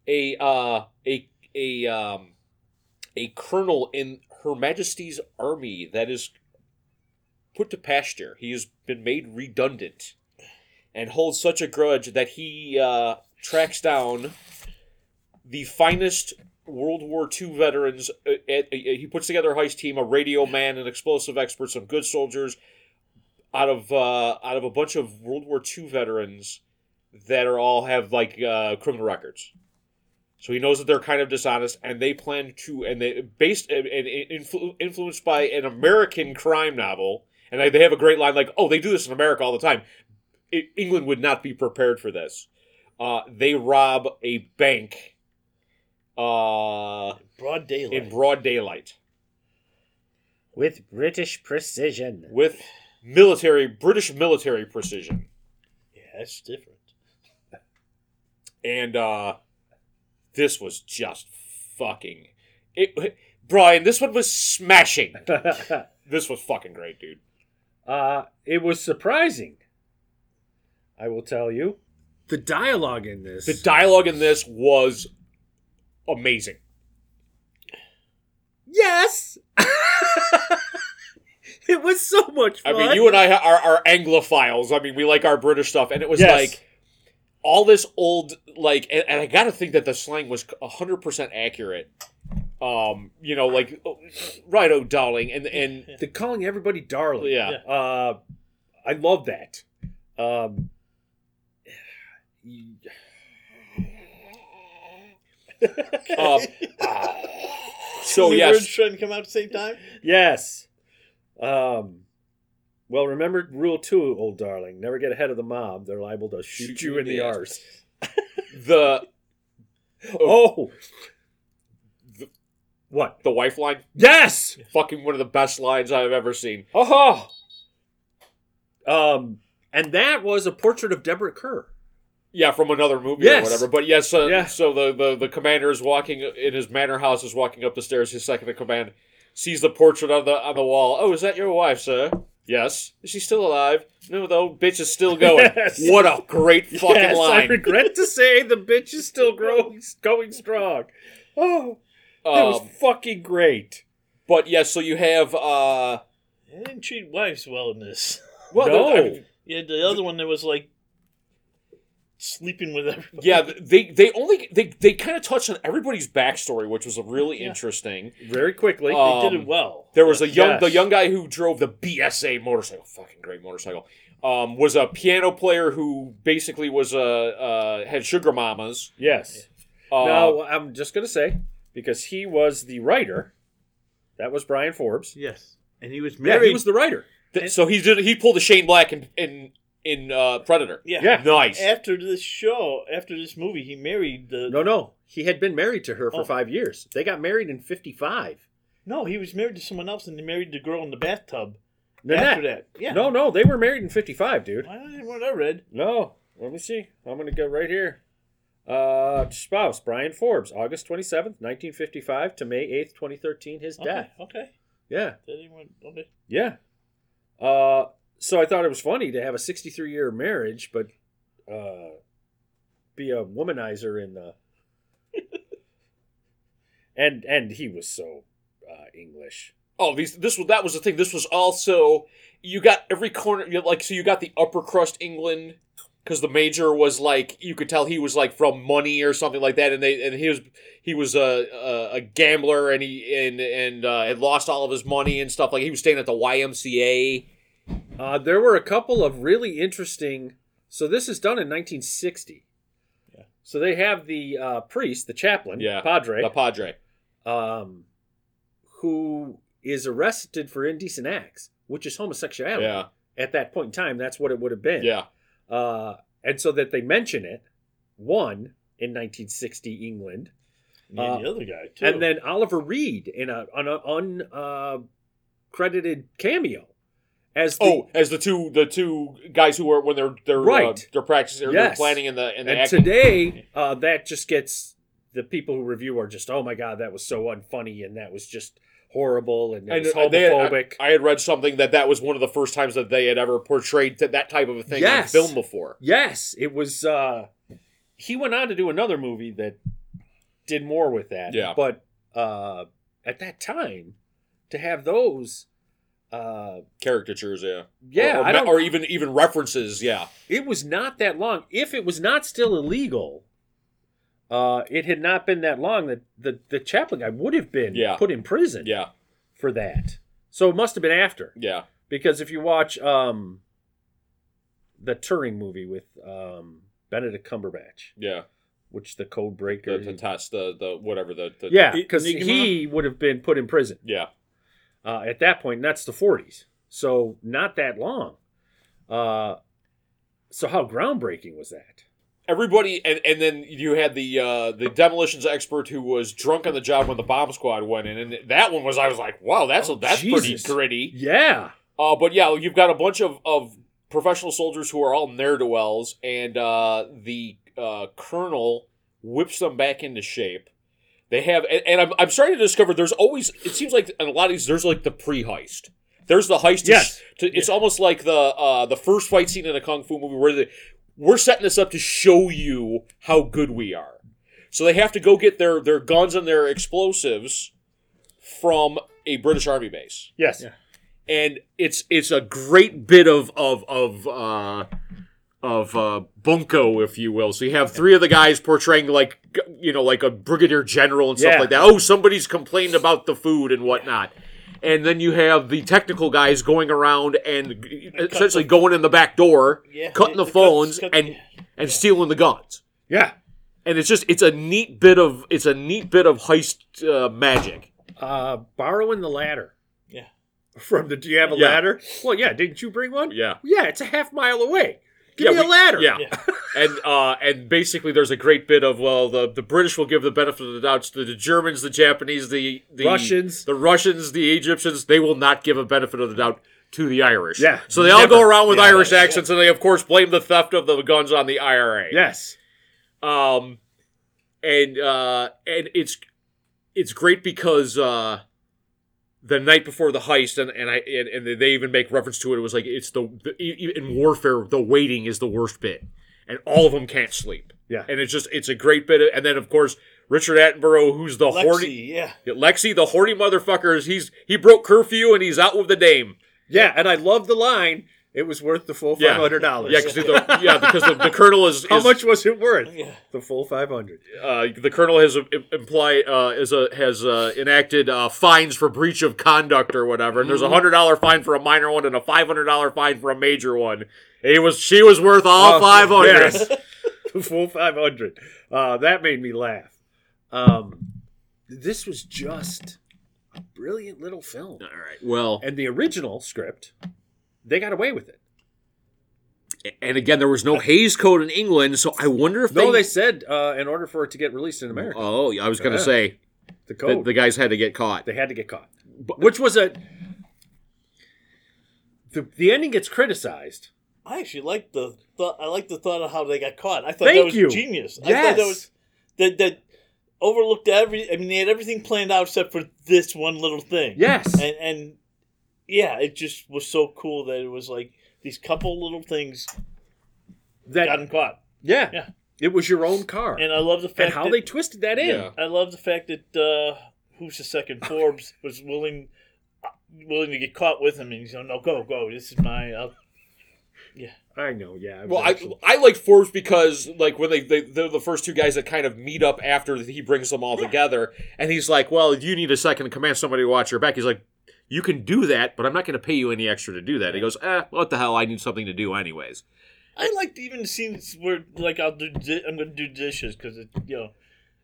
[SPEAKER 1] a uh, a a um, a colonel in Her Majesty's army that is put to pasture. He has been made redundant, and holds such a grudge that he uh, tracks down the finest World War II veterans. uh, at- uh, he puts together a heist team, a radio man, an explosive expert, some good soldiers, out of uh, out of a bunch of World War II veterans that are all have like uh, criminal records. So he knows that they're kind of dishonest, and they plan to, and they based and, and influ, influenced by an American crime novel, and they, they have a great line like, "Oh, they do this in America all the time. I England would not be prepared for this." Uh, they rob a bank uh,
[SPEAKER 3] broad daylight.
[SPEAKER 1] in broad daylight
[SPEAKER 6] With British precision.
[SPEAKER 1] with military British military precision.
[SPEAKER 3] yeah, that's different.
[SPEAKER 1] and uh this was just fucking it brian this one was smashing this was fucking great dude
[SPEAKER 6] Uh, it was surprising. I will tell you.
[SPEAKER 2] The dialogue in this.
[SPEAKER 1] the dialogue in this was amazing
[SPEAKER 2] yes. it was so much
[SPEAKER 1] i
[SPEAKER 2] fun.
[SPEAKER 1] mean you and i are, are anglophiles i mean we like our british stuff and it was
[SPEAKER 3] Yes.
[SPEAKER 1] like all this old like and, and i gotta think that the slang was 100% accurate um you know like right oh darling and and
[SPEAKER 6] The calling everybody darling.
[SPEAKER 1] yeah
[SPEAKER 6] Uh, I love that. Um, y-
[SPEAKER 1] um, so
[SPEAKER 3] The
[SPEAKER 1] yes
[SPEAKER 3] words trying to come out at the same time.
[SPEAKER 6] yes. Um, well, remember rule two, old darling. Never get ahead of the mob. They're liable to shoot, you, in the,
[SPEAKER 1] ass.
[SPEAKER 6] arse.
[SPEAKER 1] the
[SPEAKER 6] Oh. What?
[SPEAKER 1] the wife line
[SPEAKER 6] Yes.
[SPEAKER 1] fucking one of the best lines I've ever seen.
[SPEAKER 6] Oh. Um.
[SPEAKER 2] and that was a portrait of Deborah Kerr.
[SPEAKER 1] Yeah, from another movie
[SPEAKER 2] Yes.
[SPEAKER 1] or whatever. But yes, uh,
[SPEAKER 6] Yeah.
[SPEAKER 1] so the, the the commander is walking in his manor house, is walking up the stairs. His second in command sees the portrait on the on the wall. Oh, is that your wife, sir? Yes. Is she still alive? No, the old bitch is still going.
[SPEAKER 6] Yes.
[SPEAKER 1] What a great fucking
[SPEAKER 6] yes, I
[SPEAKER 1] line.
[SPEAKER 6] regret to say the bitch is still growing, going strong. Oh, that
[SPEAKER 1] Um,
[SPEAKER 6] was fucking great.
[SPEAKER 1] but yes, so you have uh
[SPEAKER 3] They didn't treat wives well in this.
[SPEAKER 1] well,
[SPEAKER 6] No.
[SPEAKER 1] I mean,
[SPEAKER 3] Yeah, the other one that was like sleeping with everybody.
[SPEAKER 1] yeah, they they only they they kind of touched on everybody's backstory, which was really
[SPEAKER 3] Yeah.
[SPEAKER 1] interesting.
[SPEAKER 6] Very quickly.
[SPEAKER 1] Uh,
[SPEAKER 3] they did
[SPEAKER 1] um,
[SPEAKER 3] it well.
[SPEAKER 1] There was a young
[SPEAKER 6] Yes.
[SPEAKER 1] the young guy who drove the BSA motorcycle, fucking great motorcycle. Um, was a piano player who basically was a uh, had sugar mamas.
[SPEAKER 6] yes.
[SPEAKER 1] Uh,
[SPEAKER 6] now I'm just gonna say because he was the writer. That was Brian Forbes.
[SPEAKER 3] Yes, and he was
[SPEAKER 2] Yeah,
[SPEAKER 3] married.
[SPEAKER 2] he was the writer.
[SPEAKER 1] th- so he did he pulled a Shane Black in in in uh, Predator.
[SPEAKER 3] yeah.
[SPEAKER 6] Yeah.
[SPEAKER 1] Nice.
[SPEAKER 3] After this show, after this movie, he married the.
[SPEAKER 2] No, no, he had been married to her for
[SPEAKER 3] Oh.
[SPEAKER 2] five years. They got married in '55.
[SPEAKER 3] No, he was married to someone else, and he married the girl in the bathtub.
[SPEAKER 2] Nanette.
[SPEAKER 3] after that. Yeah.
[SPEAKER 2] No, no, they were married in 55, dude.
[SPEAKER 3] I didn't what I read.
[SPEAKER 2] No, let me see. I'm going to go right here. Uh, spouse Brian Forbes, August 27th, 1955 to May 8th, 2013, his
[SPEAKER 3] Okay.
[SPEAKER 2] death.
[SPEAKER 3] Okay.
[SPEAKER 2] Yeah,
[SPEAKER 3] That didn't went- okay.
[SPEAKER 2] yeah. Uh, so I thought it was funny to have a 63 year marriage, but uh, be a womanizer in the. and and he was so uh, English.
[SPEAKER 1] Oh, these this was that was the thing. This was also you got every corner you like so you got the upper crust England because the major was like you could tell he was like from money or something like that, and they and he was he was a a, a gambler and he and and uh, had lost all of his money and stuff like he was staying at the YMCA.
[SPEAKER 2] Uh, there were a couple of really interesting. So this is done in 1960. Yeah. So they have the uh, priest, the chaplain,
[SPEAKER 1] Yeah.
[SPEAKER 2] padre,
[SPEAKER 1] The Padre.
[SPEAKER 2] um, who is arrested for indecent acts, which is homosexuality.
[SPEAKER 1] Yeah,
[SPEAKER 2] At that point in time, that's what it would have been.
[SPEAKER 1] yeah,
[SPEAKER 2] Uh, and so that they mention it, one in 1960 England,
[SPEAKER 3] And the other guy too.
[SPEAKER 2] Uh, and then Oliver Reed in a on an uncredited uh, credited cameo as the,
[SPEAKER 1] Oh, as the two the two guys who were when they're they're uh,
[SPEAKER 2] Right.
[SPEAKER 1] they're practicing, they're
[SPEAKER 2] Yes.
[SPEAKER 1] planning in the in the
[SPEAKER 2] and
[SPEAKER 1] acting.
[SPEAKER 2] today uh, that just gets the people who review are just oh my god that was so unfunny and that was just horrible and it was
[SPEAKER 1] And uh, they had- I-
[SPEAKER 2] homophobic
[SPEAKER 1] I, had read something that that was one of the first times that they had ever portrayed that, that type of a thing
[SPEAKER 2] Yes.
[SPEAKER 1] on film before.
[SPEAKER 2] yes it was uh he went on to do another movie that did more with that
[SPEAKER 1] Yeah.
[SPEAKER 2] but uh at that time to have those uh
[SPEAKER 1] Caricatures, yeah, or,
[SPEAKER 2] yeah
[SPEAKER 1] or, ma-
[SPEAKER 2] I don't,
[SPEAKER 1] or even even references, yeah,
[SPEAKER 2] it was not that long if it was not still illegal uh it had not been that long that the the chaplain guy would have been
[SPEAKER 1] Yeah.
[SPEAKER 2] put in prison
[SPEAKER 1] yeah,
[SPEAKER 2] for that. So it must have been after
[SPEAKER 1] yeah.
[SPEAKER 2] because if you watch um the Turing movie with um Benedict Cumberbatch,
[SPEAKER 1] Yeah,
[SPEAKER 2] which the code breaker
[SPEAKER 1] the, the test, the the whatever the, the
[SPEAKER 2] yeah,
[SPEAKER 3] It-
[SPEAKER 2] because
[SPEAKER 3] Enigma?
[SPEAKER 2] he would have been put in prison
[SPEAKER 1] yeah.
[SPEAKER 2] uh, at that point. And that's the 40s, so not that long. Uh, so how groundbreaking was that?
[SPEAKER 1] Everybody, and, and then you had the uh, the demolitions expert who was drunk on the job when the bomb squad went in, and that one was I was like, wow, that's
[SPEAKER 2] Oh,
[SPEAKER 1] that's pretty
[SPEAKER 2] Jesus.
[SPEAKER 1] gritty.
[SPEAKER 2] Yeah,
[SPEAKER 1] Uh, but yeah, you've got a bunch of, of professional soldiers who are all ne'er do wells, and uh, the uh, colonel whips them back into shape. They have, and, and I'm, I'm starting to discover there's always, it seems like in a lot of these, there's like the pre heist. There's the heist. to-
[SPEAKER 2] Yes.
[SPEAKER 1] to- it's almost like the uh, the first fight scene in a kung fu movie where they, we're setting this up to show you how good we are. So they have to go get their, their guns and their explosives from a British army base
[SPEAKER 2] yes,
[SPEAKER 1] and it's it's a great bit of of of uh, of uh, bunko, if you will. So you have three of the guys portraying like g- you know like a brigadier general and stuff
[SPEAKER 2] Yeah.
[SPEAKER 1] like that. Oh, somebody's complained about the food and whatnot. And then you have the technical guys going around and g- e, essentially going in the back door,
[SPEAKER 3] Yeah.
[SPEAKER 1] cutting the
[SPEAKER 3] It- it cuts-
[SPEAKER 1] phones
[SPEAKER 3] cut-
[SPEAKER 1] and and stealing the guns.
[SPEAKER 2] yeah.
[SPEAKER 1] And it's just it's a neat bit of it's a neat bit of heist uh, magic.
[SPEAKER 2] Uh, borrowing the ladder.
[SPEAKER 3] Yeah.
[SPEAKER 2] From the, do you have a
[SPEAKER 1] Yeah.
[SPEAKER 2] ladder? Well, yeah. Didn't you bring one?
[SPEAKER 1] Yeah.
[SPEAKER 2] Yeah, it's a half mile away. Give me
[SPEAKER 1] Yeah,
[SPEAKER 2] a
[SPEAKER 1] we-
[SPEAKER 2] ladder.
[SPEAKER 1] Yeah. and uh, and basically, there's a great bit of well, the, the British will give the benefit of the doubt to the Germans, the Japanese, the, the
[SPEAKER 2] Russians.
[SPEAKER 1] the Russians, the Egyptians. They will not give a benefit of the doubt to the Irish.
[SPEAKER 2] Yeah,
[SPEAKER 1] So they all go
[SPEAKER 2] never.
[SPEAKER 1] around with
[SPEAKER 2] Yeah,
[SPEAKER 1] Irish accents, and they of course blame the theft of the guns on the IRA.
[SPEAKER 2] Yes.
[SPEAKER 1] Um, and uh, and it's it's great because uh, the night before the heist, and and I and, and they even make reference to it. It was like it's the, the e- e- in warfare, the waiting is the worst bit, and all of them can't sleep.
[SPEAKER 2] Yeah.
[SPEAKER 1] and it's just it's a great bit. Of, and then of course Richard Attenborough, who's the
[SPEAKER 3] Lexi,
[SPEAKER 1] horny
[SPEAKER 3] yeah.
[SPEAKER 1] Lexi, the horny motherfucker. Is he's he broke curfew and he's out with the dame.
[SPEAKER 2] Yeah, and I love the line. It was worth the full
[SPEAKER 1] Yeah.
[SPEAKER 2] five hundred dollars.
[SPEAKER 1] Yeah, because yeah because the, the colonel is
[SPEAKER 2] How
[SPEAKER 1] is-
[SPEAKER 2] much was it worth?
[SPEAKER 3] Yeah.
[SPEAKER 2] The full five hundred.
[SPEAKER 1] uh, the colonel has imply uh, is a, has uh, enacted uh, fines for breach of conduct or whatever, and there's a hundred dollar fine for a minor one and a five hundred dollar fine for a major one. He was she was worth all
[SPEAKER 2] Oh,
[SPEAKER 1] five hundred.
[SPEAKER 2] yes. The full five hundred. Uh, that made me laugh. Um, this was just a brilliant little film.
[SPEAKER 1] All right. Well,
[SPEAKER 2] And the original script, they got away with it.
[SPEAKER 1] and again, there was no Hayes Code in England, so I wonder if
[SPEAKER 2] No,
[SPEAKER 1] they.
[SPEAKER 2] they said uh, in order for it to get released in America,
[SPEAKER 1] oh, I was gonna
[SPEAKER 2] Yeah.
[SPEAKER 1] say
[SPEAKER 2] the
[SPEAKER 1] that
[SPEAKER 2] code
[SPEAKER 1] the guys had to get caught.
[SPEAKER 2] they had to get caught, which was a the, the ending gets criticized.
[SPEAKER 3] I actually like the thought. I like the thought of how they got caught. I thought that
[SPEAKER 2] Thank
[SPEAKER 3] was
[SPEAKER 2] you.
[SPEAKER 3] genius. I
[SPEAKER 2] Yes.
[SPEAKER 3] thought that was that that overlooked every. I mean, they had everything planned out except for this one little thing.
[SPEAKER 2] Yes.
[SPEAKER 3] and and yeah, it just was so cool that it was like these couple little things
[SPEAKER 2] that
[SPEAKER 3] got him caught.
[SPEAKER 2] yeah,
[SPEAKER 3] yeah.
[SPEAKER 2] It was your own car. And,
[SPEAKER 3] And I love the fact
[SPEAKER 2] how
[SPEAKER 3] that,
[SPEAKER 2] they twisted that in.
[SPEAKER 1] Yeah.
[SPEAKER 3] I love the fact that uh, who's the second Forbes was willing uh, willing to get caught with him, and he's going, "No, go, go. This is my." Uh,
[SPEAKER 2] I know, yeah. it was
[SPEAKER 1] Well, I
[SPEAKER 2] awesome.
[SPEAKER 1] I like Forbes because like when they, they they're the first two guys that kind of meet up after he brings them all together, and he's like, "Well, you need a second to command somebody to watch your back." He's like, "You can do that, but I'm not going to pay you any extra to do that." He goes, "Eh, what the hell? I need something to do anyways."
[SPEAKER 3] I liked even the scenes where like I'll do di- I'm going to do dishes because it you know.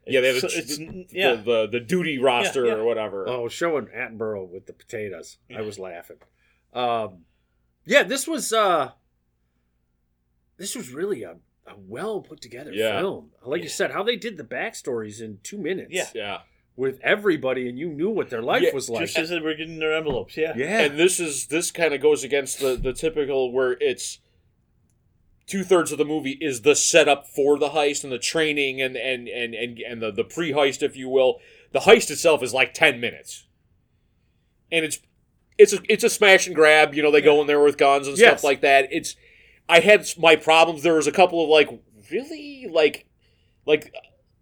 [SPEAKER 1] Yeah, they had a
[SPEAKER 3] it's-
[SPEAKER 1] tr-
[SPEAKER 3] it's, yeah.
[SPEAKER 1] The, the the duty roster
[SPEAKER 3] Yeah, yeah.
[SPEAKER 1] or whatever.
[SPEAKER 2] Oh, showing Attenborough with the potatoes. I was laughing. Um, yeah, this was uh, this was really a, a well put together
[SPEAKER 1] Yeah.
[SPEAKER 2] film. Like you said, how they did the backstories in two minutes
[SPEAKER 3] Yeah.
[SPEAKER 1] Yeah,
[SPEAKER 2] with everybody, and you knew what their life
[SPEAKER 1] Yeah,
[SPEAKER 2] was like.
[SPEAKER 3] Just as they were getting their envelopes, yeah.
[SPEAKER 2] yeah,
[SPEAKER 1] and this is this kind of goes against the the typical where it's. Two thirds of the movie is the setup for the heist and the training and and and and, and the, the pre heist, if you will. The heist itself is like ten minutes, and it's it's a it's a smash and grab. You know, they go in there with guns and
[SPEAKER 2] Yes.
[SPEAKER 1] stuff like that. It's I had s- my problems. There was a couple of like really like like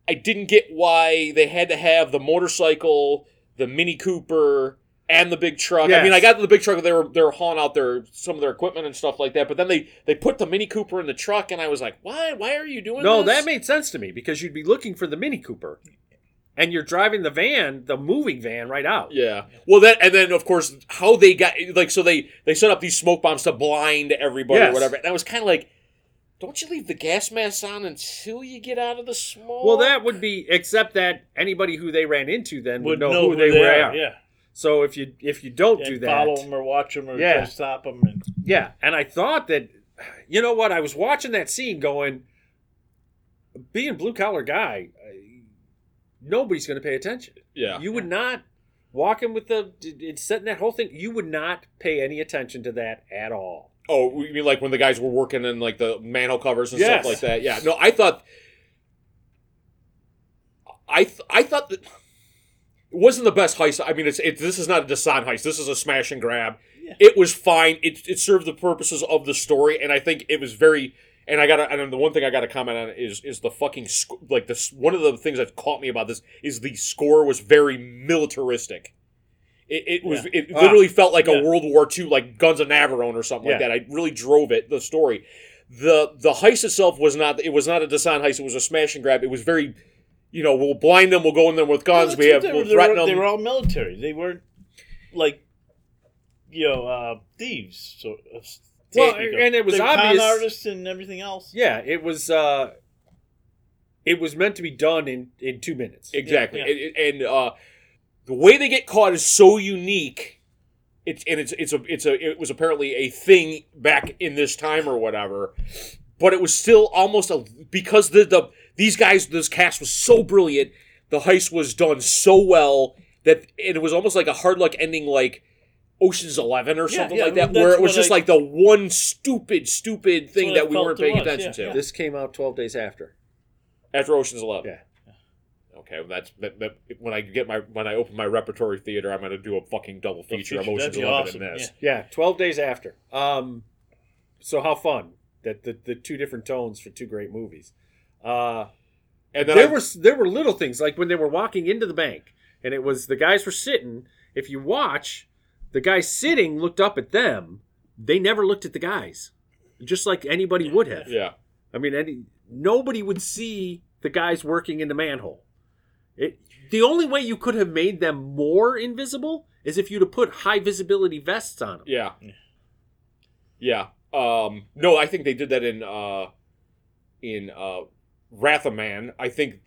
[SPEAKER 1] I didn't get why they had to have the motorcycle, the Mini Cooper, and the big truck. I mean, I
[SPEAKER 2] Yes.
[SPEAKER 1] got the big truck. They were they were hauling out their some of their equipment and stuff like that. But then they they put the Mini Cooper in the truck, and I was like, why? Why are you doing
[SPEAKER 2] no,
[SPEAKER 1] this?
[SPEAKER 2] that made sense to me because you'd be looking for the Mini Cooper, and you're driving the van, the moving van, right out.
[SPEAKER 1] Yeah. Well, that and then of course how they got like so they they set up these smoke bombs to blind everybody or
[SPEAKER 2] Yes.
[SPEAKER 1] whatever. And I was kind of like, don't you leave the gas mask on until you get out of the smoke?
[SPEAKER 2] Well, that would be except that anybody who they ran into then would,
[SPEAKER 3] Would
[SPEAKER 2] know, who, they, were.
[SPEAKER 3] are, yeah.
[SPEAKER 2] So if you if you don't
[SPEAKER 3] And
[SPEAKER 2] do that,
[SPEAKER 3] follow them or watch them or
[SPEAKER 2] Yeah.
[SPEAKER 3] try to stop them. And,
[SPEAKER 2] Yeah, and I thought that, you know what? I was watching that scene, going, being blue collar guy, I- nobody's going to pay attention.
[SPEAKER 1] yeah.
[SPEAKER 2] You would not walking with the it's setting that whole thing. You would not pay any attention to that at all.
[SPEAKER 1] Oh, you mean like when the guys were working in like the manhole covers and
[SPEAKER 2] Yes.
[SPEAKER 1] stuff like that? Yeah. No, I thought, I th- I thought that it wasn't the best heist. I mean, it's it, this is not a Desan heist. This is a smash and grab.
[SPEAKER 3] Yeah.
[SPEAKER 1] It was fine. It it served the purposes of the story, and I think it was very. And I got to and the one thing I got to comment on is is the fucking sc- like this. One of the things that caught me about this is the score was very militaristic. It, it was it
[SPEAKER 2] Ah.
[SPEAKER 1] literally felt like
[SPEAKER 3] Yeah.
[SPEAKER 1] a World War II like Guns of Navarone or something like
[SPEAKER 2] Yeah.
[SPEAKER 1] that. I really drove it the story. The the heist itself was not it was not a Desan heist. It was a smash and grab. It was very, you know, we'll blind them. We'll go in there with guns. we have
[SPEAKER 3] they,
[SPEAKER 1] we'll
[SPEAKER 3] were,
[SPEAKER 1] threaten
[SPEAKER 3] they
[SPEAKER 1] them.
[SPEAKER 3] were all military. They weren't like, you know, uh, thieves. So, uh,
[SPEAKER 2] Well,
[SPEAKER 3] there you go.
[SPEAKER 2] and it was
[SPEAKER 3] They're
[SPEAKER 2] obvious-
[SPEAKER 3] Con artists and everything else.
[SPEAKER 2] Yeah, it was. uh It was meant to be done in in two minutes.
[SPEAKER 1] Exactly.
[SPEAKER 3] Yeah.
[SPEAKER 1] And- And, uh, the way they get caught is so unique. It's and it's it's a it's a it was apparently a thing back in this time or whatever, but it was still almost a because the the these guys this cast was so brilliant. The heist was done so well that and it was almost like a hard luck ending, like Ocean's Eleven or
[SPEAKER 3] Yeah,
[SPEAKER 1] something
[SPEAKER 3] yeah,
[SPEAKER 1] like that,
[SPEAKER 3] that's
[SPEAKER 1] where it was
[SPEAKER 3] what
[SPEAKER 1] just
[SPEAKER 3] I-
[SPEAKER 1] like the one stupid stupid thing
[SPEAKER 3] what I
[SPEAKER 1] that we
[SPEAKER 3] felt
[SPEAKER 1] weren't
[SPEAKER 3] it
[SPEAKER 1] paying
[SPEAKER 3] was,
[SPEAKER 1] attention
[SPEAKER 3] yeah,
[SPEAKER 1] to
[SPEAKER 3] yeah.
[SPEAKER 2] This came out twelve days after.
[SPEAKER 1] after Ocean's Eleven.
[SPEAKER 2] Yeah.
[SPEAKER 1] Okay, well, that's that, that, when I get my when I open my repertory theater, I'm gonna do a fucking double feature, of
[SPEAKER 3] feature,
[SPEAKER 1] Ocean's
[SPEAKER 3] that'd be
[SPEAKER 1] Eleven
[SPEAKER 3] awesome,
[SPEAKER 1] and this.
[SPEAKER 2] Yeah, twelve days after. Um, so how fun that the the two different tones for two great movies. Uh,
[SPEAKER 1] And then
[SPEAKER 2] there
[SPEAKER 1] I,
[SPEAKER 2] was there were little things like when they were walking into the bank, and it was the guys were sitting. If you watch, the guy sitting looked up at them. They never looked at the guys, just like anybody would have.
[SPEAKER 1] yeah,
[SPEAKER 2] I mean, any, nobody would see the guys working in the manhole. It, the only way you could have made them more invisible is if you'd have put high visibility vests on them.
[SPEAKER 1] yeah, yeah. Um, no, I think they did that in uh, in uh, Wrath of Man. I think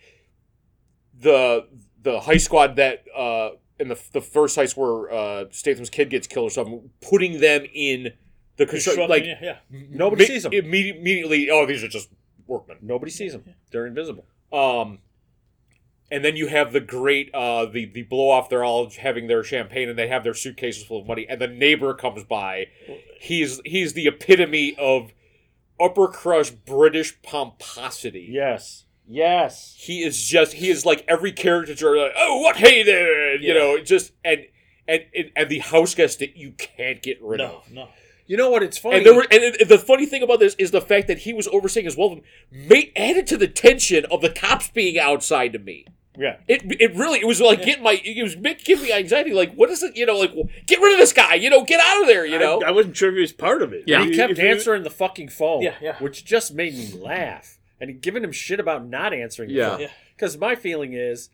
[SPEAKER 1] the the high squad that uh, in the the first heist where uh, Statham's kid gets killed or something, putting them in the construction,
[SPEAKER 3] Construction,
[SPEAKER 1] like
[SPEAKER 3] yeah, yeah.
[SPEAKER 2] Nobody
[SPEAKER 1] imme-
[SPEAKER 2] sees 'em.
[SPEAKER 1] immedi- immediately. Oh, these are just workmen.
[SPEAKER 2] Nobody sees them; they're invisible.
[SPEAKER 1] Um, And then you have the great uh, the the blow off. They're all having their champagne and they have their suitcases full of money. And the neighbor comes by. He's he's the epitome of upper crust British pomposity.
[SPEAKER 2] Yes. Yes.
[SPEAKER 1] He is just he is like every caricature. Like, oh, what hey there, and, you know, just and and and, and the house guest that you can't get rid of.
[SPEAKER 3] No, no.
[SPEAKER 7] You know what? It's funny.
[SPEAKER 1] And there were, and, and the funny thing about this is the fact that he was overseeing his welcome mate added to the tension of the cops being outside to me.
[SPEAKER 2] Yeah.
[SPEAKER 1] It, it really it was like getting my it was ma- giving me anxiety like what is it you know like well, get rid of this guy you know get out of there you know
[SPEAKER 2] I, I wasn't sure if he was part of it.
[SPEAKER 1] Yeah.
[SPEAKER 2] he kept answering the fucking phone.
[SPEAKER 3] Yeah, yeah.
[SPEAKER 2] Which just made me laugh. And he giving him shit about not answering. the
[SPEAKER 1] Yeah.
[SPEAKER 2] phone.
[SPEAKER 3] Yeah.
[SPEAKER 2] Because my feeling is,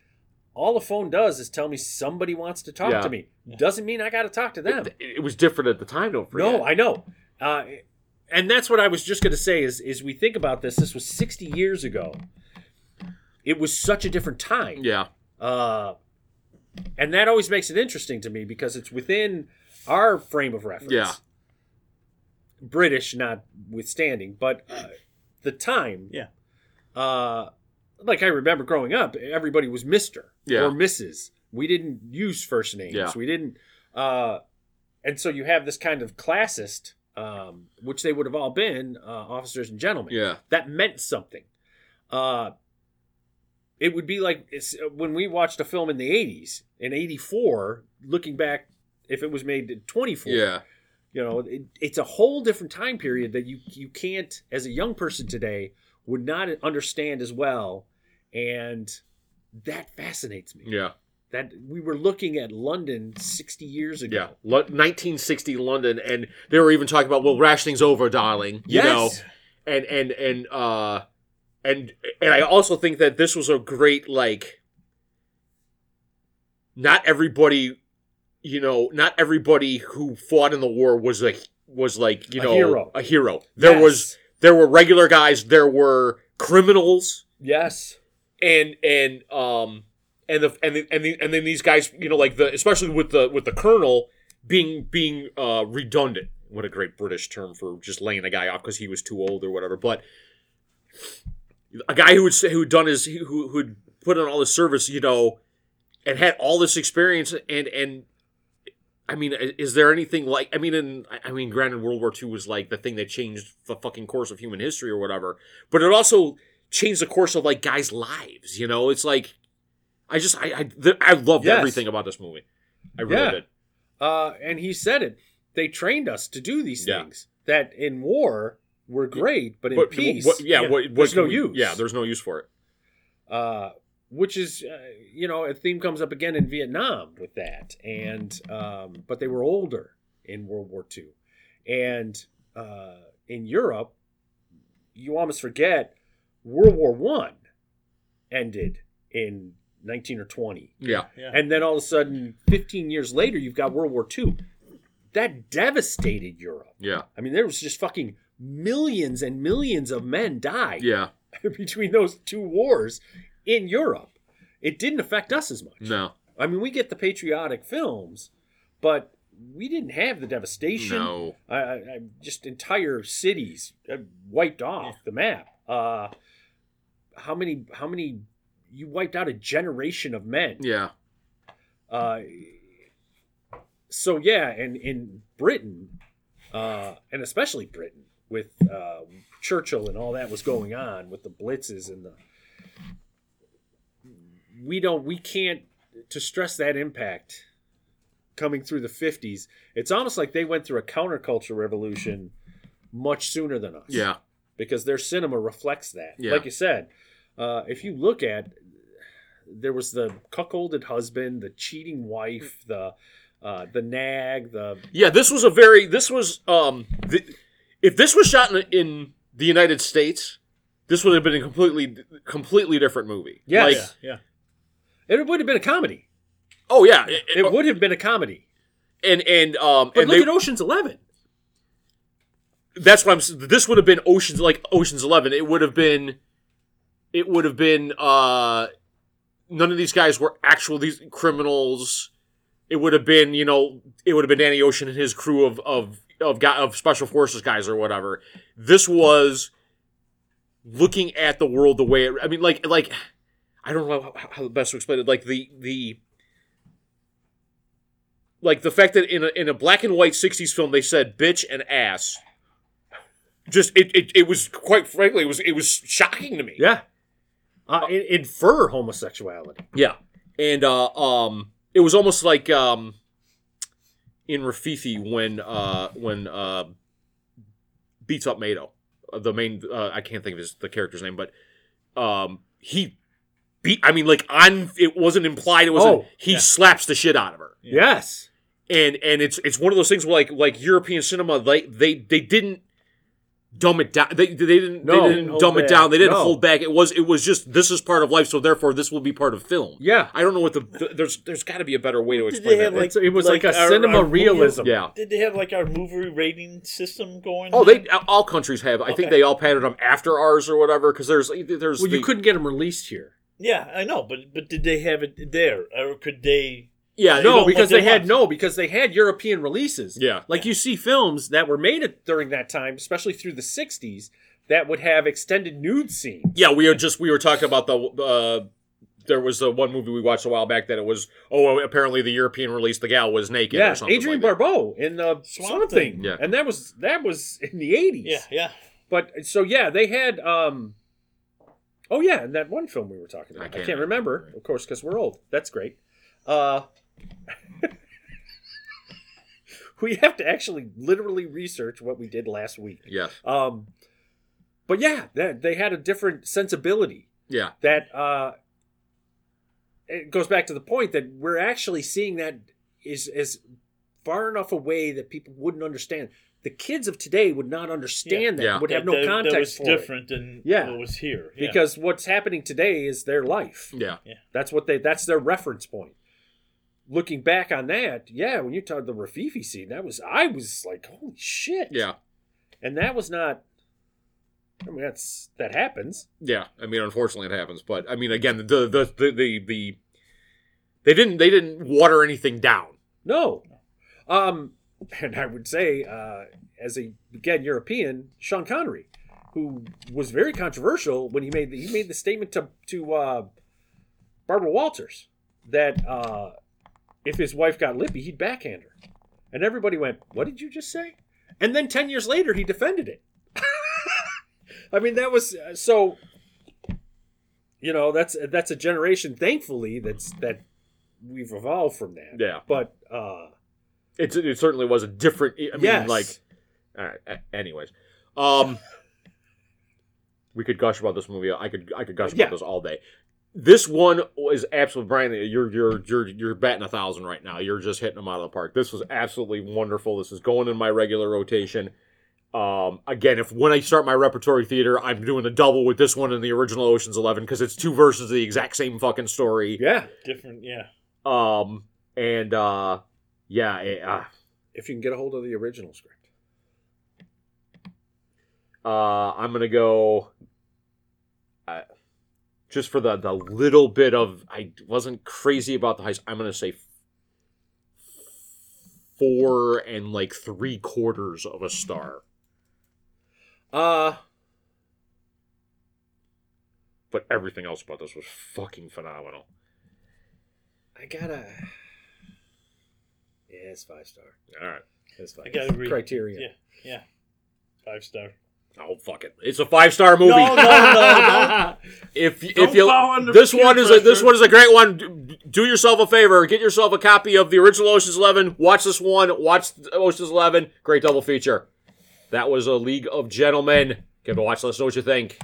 [SPEAKER 2] all the phone does is tell me somebody wants to talk
[SPEAKER 1] Yeah.
[SPEAKER 2] to me. Doesn't mean I got to talk to them.
[SPEAKER 1] it was different at the time don't
[SPEAKER 2] No, I know. Uh, and that's what I was just going to say is is we think about this. This was 60 years ago. It was such a different time.
[SPEAKER 1] yeah
[SPEAKER 2] Uh, and that always makes it interesting to me because it's within our frame of reference.
[SPEAKER 1] Yeah.
[SPEAKER 2] British notwithstanding, but uh, the time.
[SPEAKER 3] Yeah.
[SPEAKER 2] Uh, like I remember growing up, everybody was Mister
[SPEAKER 1] Yeah.
[SPEAKER 2] or Mrs. We didn't use first names.
[SPEAKER 1] Yeah.
[SPEAKER 2] We didn't. Uh, and so you have this kind of classist, um, which they would have all been uh, officers and gentlemen
[SPEAKER 1] yeah
[SPEAKER 2] that meant something. Uh, it would be like it's, uh, when we watched a film in the 80s, in 84, looking back, if it was made in 24, you know, it, it's a whole different time period that you, you can't, as a young person today, would not understand as well. And that fascinates me.
[SPEAKER 1] yeah
[SPEAKER 2] That we were looking at London 60 years ago.
[SPEAKER 1] yeah Lo- 1960 London and they were even talking about well rationing's over darling you
[SPEAKER 2] Yes.
[SPEAKER 1] know and and and uh and and I also think that this was a great like not everybody you know not everybody who fought in the war was a was like you
[SPEAKER 2] A
[SPEAKER 1] know
[SPEAKER 2] hero.
[SPEAKER 1] a hero there
[SPEAKER 2] Yes.
[SPEAKER 1] was there were regular guys there were criminals
[SPEAKER 2] Yes.
[SPEAKER 1] and and um and the and the, and, the, and then these guys you know like the especially with the with the colonel being being uh redundant what a great british term for just laying a guy off because he was too old or whatever but a guy who would say who'd done his who who'd put in all his service you know and had all this experience and and I mean, i- is there anything like? I mean, in I- I mean, granted, World War II was like the thing that changed the fucking course of human history or whatever, but it also changed the course of like guys' lives. You know, it's like I just I I, th- I loved
[SPEAKER 2] Yes.
[SPEAKER 1] everything about this movie. I really
[SPEAKER 2] Yeah.
[SPEAKER 1] did.
[SPEAKER 2] Uh, and he said it. They trained us to do these
[SPEAKER 1] Yeah.
[SPEAKER 2] things that in war were great, but in
[SPEAKER 1] But
[SPEAKER 2] peace,
[SPEAKER 1] what, yeah,
[SPEAKER 2] yeah,
[SPEAKER 1] what, what
[SPEAKER 2] there's no
[SPEAKER 1] we-
[SPEAKER 2] use.
[SPEAKER 1] Yeah, there's no use for it.
[SPEAKER 2] uh, which is uh, you know a theme comes up again in Vietnam with that, and um, but they were older in World War II, and uh, in Europe, you almost forget World War One ended in nineteen or twenty.
[SPEAKER 1] Yeah,
[SPEAKER 2] And then all of a sudden, 15 years later, you've got World War II. That devastated Europe.
[SPEAKER 1] yeah,
[SPEAKER 2] I mean, there was just fucking millions and millions of men died
[SPEAKER 1] yeah.
[SPEAKER 2] between those two wars in Europe. It didn't affect us as much.
[SPEAKER 1] No,
[SPEAKER 2] I mean, we get the patriotic films, but we didn't have the devastation.
[SPEAKER 1] no.
[SPEAKER 2] I, I, I just entire cities uh, wiped off the map. Uh, how many? How many? You wiped out a generation of men.
[SPEAKER 1] Yeah,
[SPEAKER 2] Uh, so yeah, and in Britain, uh, and especially Britain, with uh, Churchill and all that was going on with the blitzes and the we don't we can't to stress that impact coming through the 50s it's almost like they went through a counterculture revolution much sooner than us
[SPEAKER 1] yeah,
[SPEAKER 2] because their cinema reflects that.
[SPEAKER 1] Yeah.
[SPEAKER 2] Like you said, uh, if you look at, there was the cuckolded husband, the cheating wife,
[SPEAKER 3] Mm.
[SPEAKER 2] the uh, the nag, the
[SPEAKER 1] yeah. This was a very. This was um. Th- if this was shot in, in the United States, this would have been a completely completely different movie.
[SPEAKER 2] Yes.
[SPEAKER 1] Like,
[SPEAKER 3] Yeah.
[SPEAKER 2] it would have been a comedy.
[SPEAKER 1] oh yeah. It,
[SPEAKER 2] It would have been a comedy.
[SPEAKER 1] and and um.
[SPEAKER 2] But
[SPEAKER 1] and
[SPEAKER 2] look
[SPEAKER 1] they,
[SPEAKER 2] at Ocean's Eleven.
[SPEAKER 1] that's what I'm. s- This would have been Ocean's like Ocean's Eleven. It would have been, it would have been. uh None of these guys were actual these criminals. It would have been you know it would have been Danny Ocean and his crew of of of guy, of special forces guys or whatever. This was looking at the world the way it, I mean like like. I don't know how, how best to explain it. Like the the like the fact that in a, in a black and white '60s film they said bitch and ass. Just it, it, it was quite frankly it was it was shocking to me.
[SPEAKER 2] Yeah. Uh, in- infer homosexuality.
[SPEAKER 1] Yeah, and uh, um, it was almost like um, in Rafifi when uh, when uh, beats up Mado, uh, the main uh, I can't think of his the character's name, but um, he beat. I mean, like on it wasn't implied. It wasn't.
[SPEAKER 2] Oh,
[SPEAKER 1] he slaps the shit out of her,
[SPEAKER 2] Yes.
[SPEAKER 1] and and it's it's one of those things where like like European cinema they they they didn't. Dumb it down. They, they didn't.
[SPEAKER 2] No,
[SPEAKER 1] they didn't
[SPEAKER 2] hold
[SPEAKER 1] dumb it
[SPEAKER 2] back.
[SPEAKER 1] down. They didn't
[SPEAKER 2] No.
[SPEAKER 1] hold back. It was. It was just. This is part of life. So therefore, this will be part of film.
[SPEAKER 2] Yeah.
[SPEAKER 1] I don't know what the, th there's there's got to be a better way to
[SPEAKER 3] Did
[SPEAKER 1] explain
[SPEAKER 3] they have
[SPEAKER 1] that.
[SPEAKER 3] like
[SPEAKER 2] It's- it was like, a
[SPEAKER 3] our-
[SPEAKER 2] cinema
[SPEAKER 3] our movie-
[SPEAKER 2] realism.
[SPEAKER 1] yeah.
[SPEAKER 3] Did they have like our movie rating system going?
[SPEAKER 1] Oh,
[SPEAKER 3] on?
[SPEAKER 1] they all countries have. I think
[SPEAKER 3] Okay.
[SPEAKER 1] they all patterned them after ours or whatever. Because there's there's
[SPEAKER 2] Well,
[SPEAKER 1] the,
[SPEAKER 2] you couldn't get them released here.
[SPEAKER 3] Yeah, I know, but but did they have it there, or could they?
[SPEAKER 1] yeah
[SPEAKER 3] don't
[SPEAKER 2] No,
[SPEAKER 3] want
[SPEAKER 2] because
[SPEAKER 3] their
[SPEAKER 2] they had
[SPEAKER 3] ones.
[SPEAKER 2] no, because they had European releases.
[SPEAKER 1] Yeah.
[SPEAKER 2] like you see films that were made at- during that time, especially through the '60s, that would have extended nude scenes.
[SPEAKER 1] yeah. We are just we were talking about the. Uh, there was the one movie we watched a while back that it was oh apparently the European release the gal was naked
[SPEAKER 2] Yeah,
[SPEAKER 1] or something
[SPEAKER 2] Adrian
[SPEAKER 1] like that.
[SPEAKER 2] Barbeau in the
[SPEAKER 3] Swamp
[SPEAKER 2] Swamp
[SPEAKER 3] Thing.
[SPEAKER 2] Thing.
[SPEAKER 1] Yeah.
[SPEAKER 2] and that was that was in the '80s.
[SPEAKER 3] Yeah, yeah.
[SPEAKER 2] but so yeah, they had. um Oh yeah, and that one film we were talking
[SPEAKER 1] I
[SPEAKER 2] about. I
[SPEAKER 1] can't
[SPEAKER 2] can't, remember, of course, because we're old. That's great. Uh, we have to actually literally research what we did last week.
[SPEAKER 1] yeah
[SPEAKER 2] Um, but yeah, they, they had a different sensibility
[SPEAKER 1] yeah
[SPEAKER 2] that uh, it goes back to the point that we're actually seeing that is is far enough away that people wouldn't understand. The kids of today would not understand that.
[SPEAKER 1] Yeah.
[SPEAKER 2] Would have
[SPEAKER 3] That-
[SPEAKER 2] no
[SPEAKER 3] that-
[SPEAKER 2] context
[SPEAKER 3] That was
[SPEAKER 2] for it.
[SPEAKER 3] different than
[SPEAKER 2] Yeah.
[SPEAKER 3] what was here. Yeah.
[SPEAKER 2] because what's happening today is their life.
[SPEAKER 1] yeah
[SPEAKER 2] That's what they. That's their reference point. Looking back on that, yeah, when you talk the Rafifi scene, that was I was like, holy shit,
[SPEAKER 1] yeah
[SPEAKER 2] and that was not. I mean, that's that happens.
[SPEAKER 1] yeah. I mean, unfortunately, it happens. But I mean, again, the the the the, the they didn't they didn't water anything down.
[SPEAKER 2] No. Um, and I would say, uh, as a again European, Sean Connery, who was very controversial when he made the, he made the statement to to uh, Barbara Walters that uh, if his wife got lippy, he'd backhand her, and everybody went, "What did you just say?" And then ten years later, he defended it. I mean, that was uh, so. You know, that's that's a generation, thankfully, that's that we've evolved from that.
[SPEAKER 1] Yeah.
[SPEAKER 2] But uh,
[SPEAKER 1] It it certainly was a different. e, I mean,
[SPEAKER 2] Yes.
[SPEAKER 1] like All right. a- Anyways, um, we could gush about this movie. I could I could gush
[SPEAKER 2] Yeah.
[SPEAKER 1] about this all day. This one was absolutely Brian. You're you're you're you're batting a thousand right now. You're just hitting them out of the park. This was absolutely wonderful. This is going in my regular rotation. Um, again, if when I start my repertory theater, I'm doing a double with this one and the original Ocean's Eleven because it's two versions of the exact same fucking story.
[SPEAKER 2] yeah,
[SPEAKER 3] different. Yeah,
[SPEAKER 1] Um, and uh, yeah, it, uh,
[SPEAKER 2] if you can get a hold of the original script.
[SPEAKER 1] Uh, I'm gonna go. Uh, just for the the little bit of I wasn't crazy about the heist. I'm gonna say four and like three quarters of a star.
[SPEAKER 2] Uh
[SPEAKER 1] But everything else about this was fucking phenomenal.
[SPEAKER 2] I gotta. Yeah, it's five star.
[SPEAKER 1] All right.
[SPEAKER 2] It's five.
[SPEAKER 3] I gotta agree.
[SPEAKER 2] Criteria.
[SPEAKER 3] Yeah, yeah. Five star.
[SPEAKER 1] Oh fuck it! It's a five star movie.
[SPEAKER 3] No, no, no,
[SPEAKER 1] if if
[SPEAKER 8] Don't
[SPEAKER 1] you
[SPEAKER 8] bow under
[SPEAKER 1] this
[SPEAKER 8] peer
[SPEAKER 1] one is a, this
[SPEAKER 8] pressure.
[SPEAKER 1] one is a great one. Do, do yourself a favor. Get yourself a copy of the original Ocean's Eleven. Watch this one. Watch Ocean's Eleven. Great double feature. That was a League of Gentlemen. Give it a watch. Let us know what you think.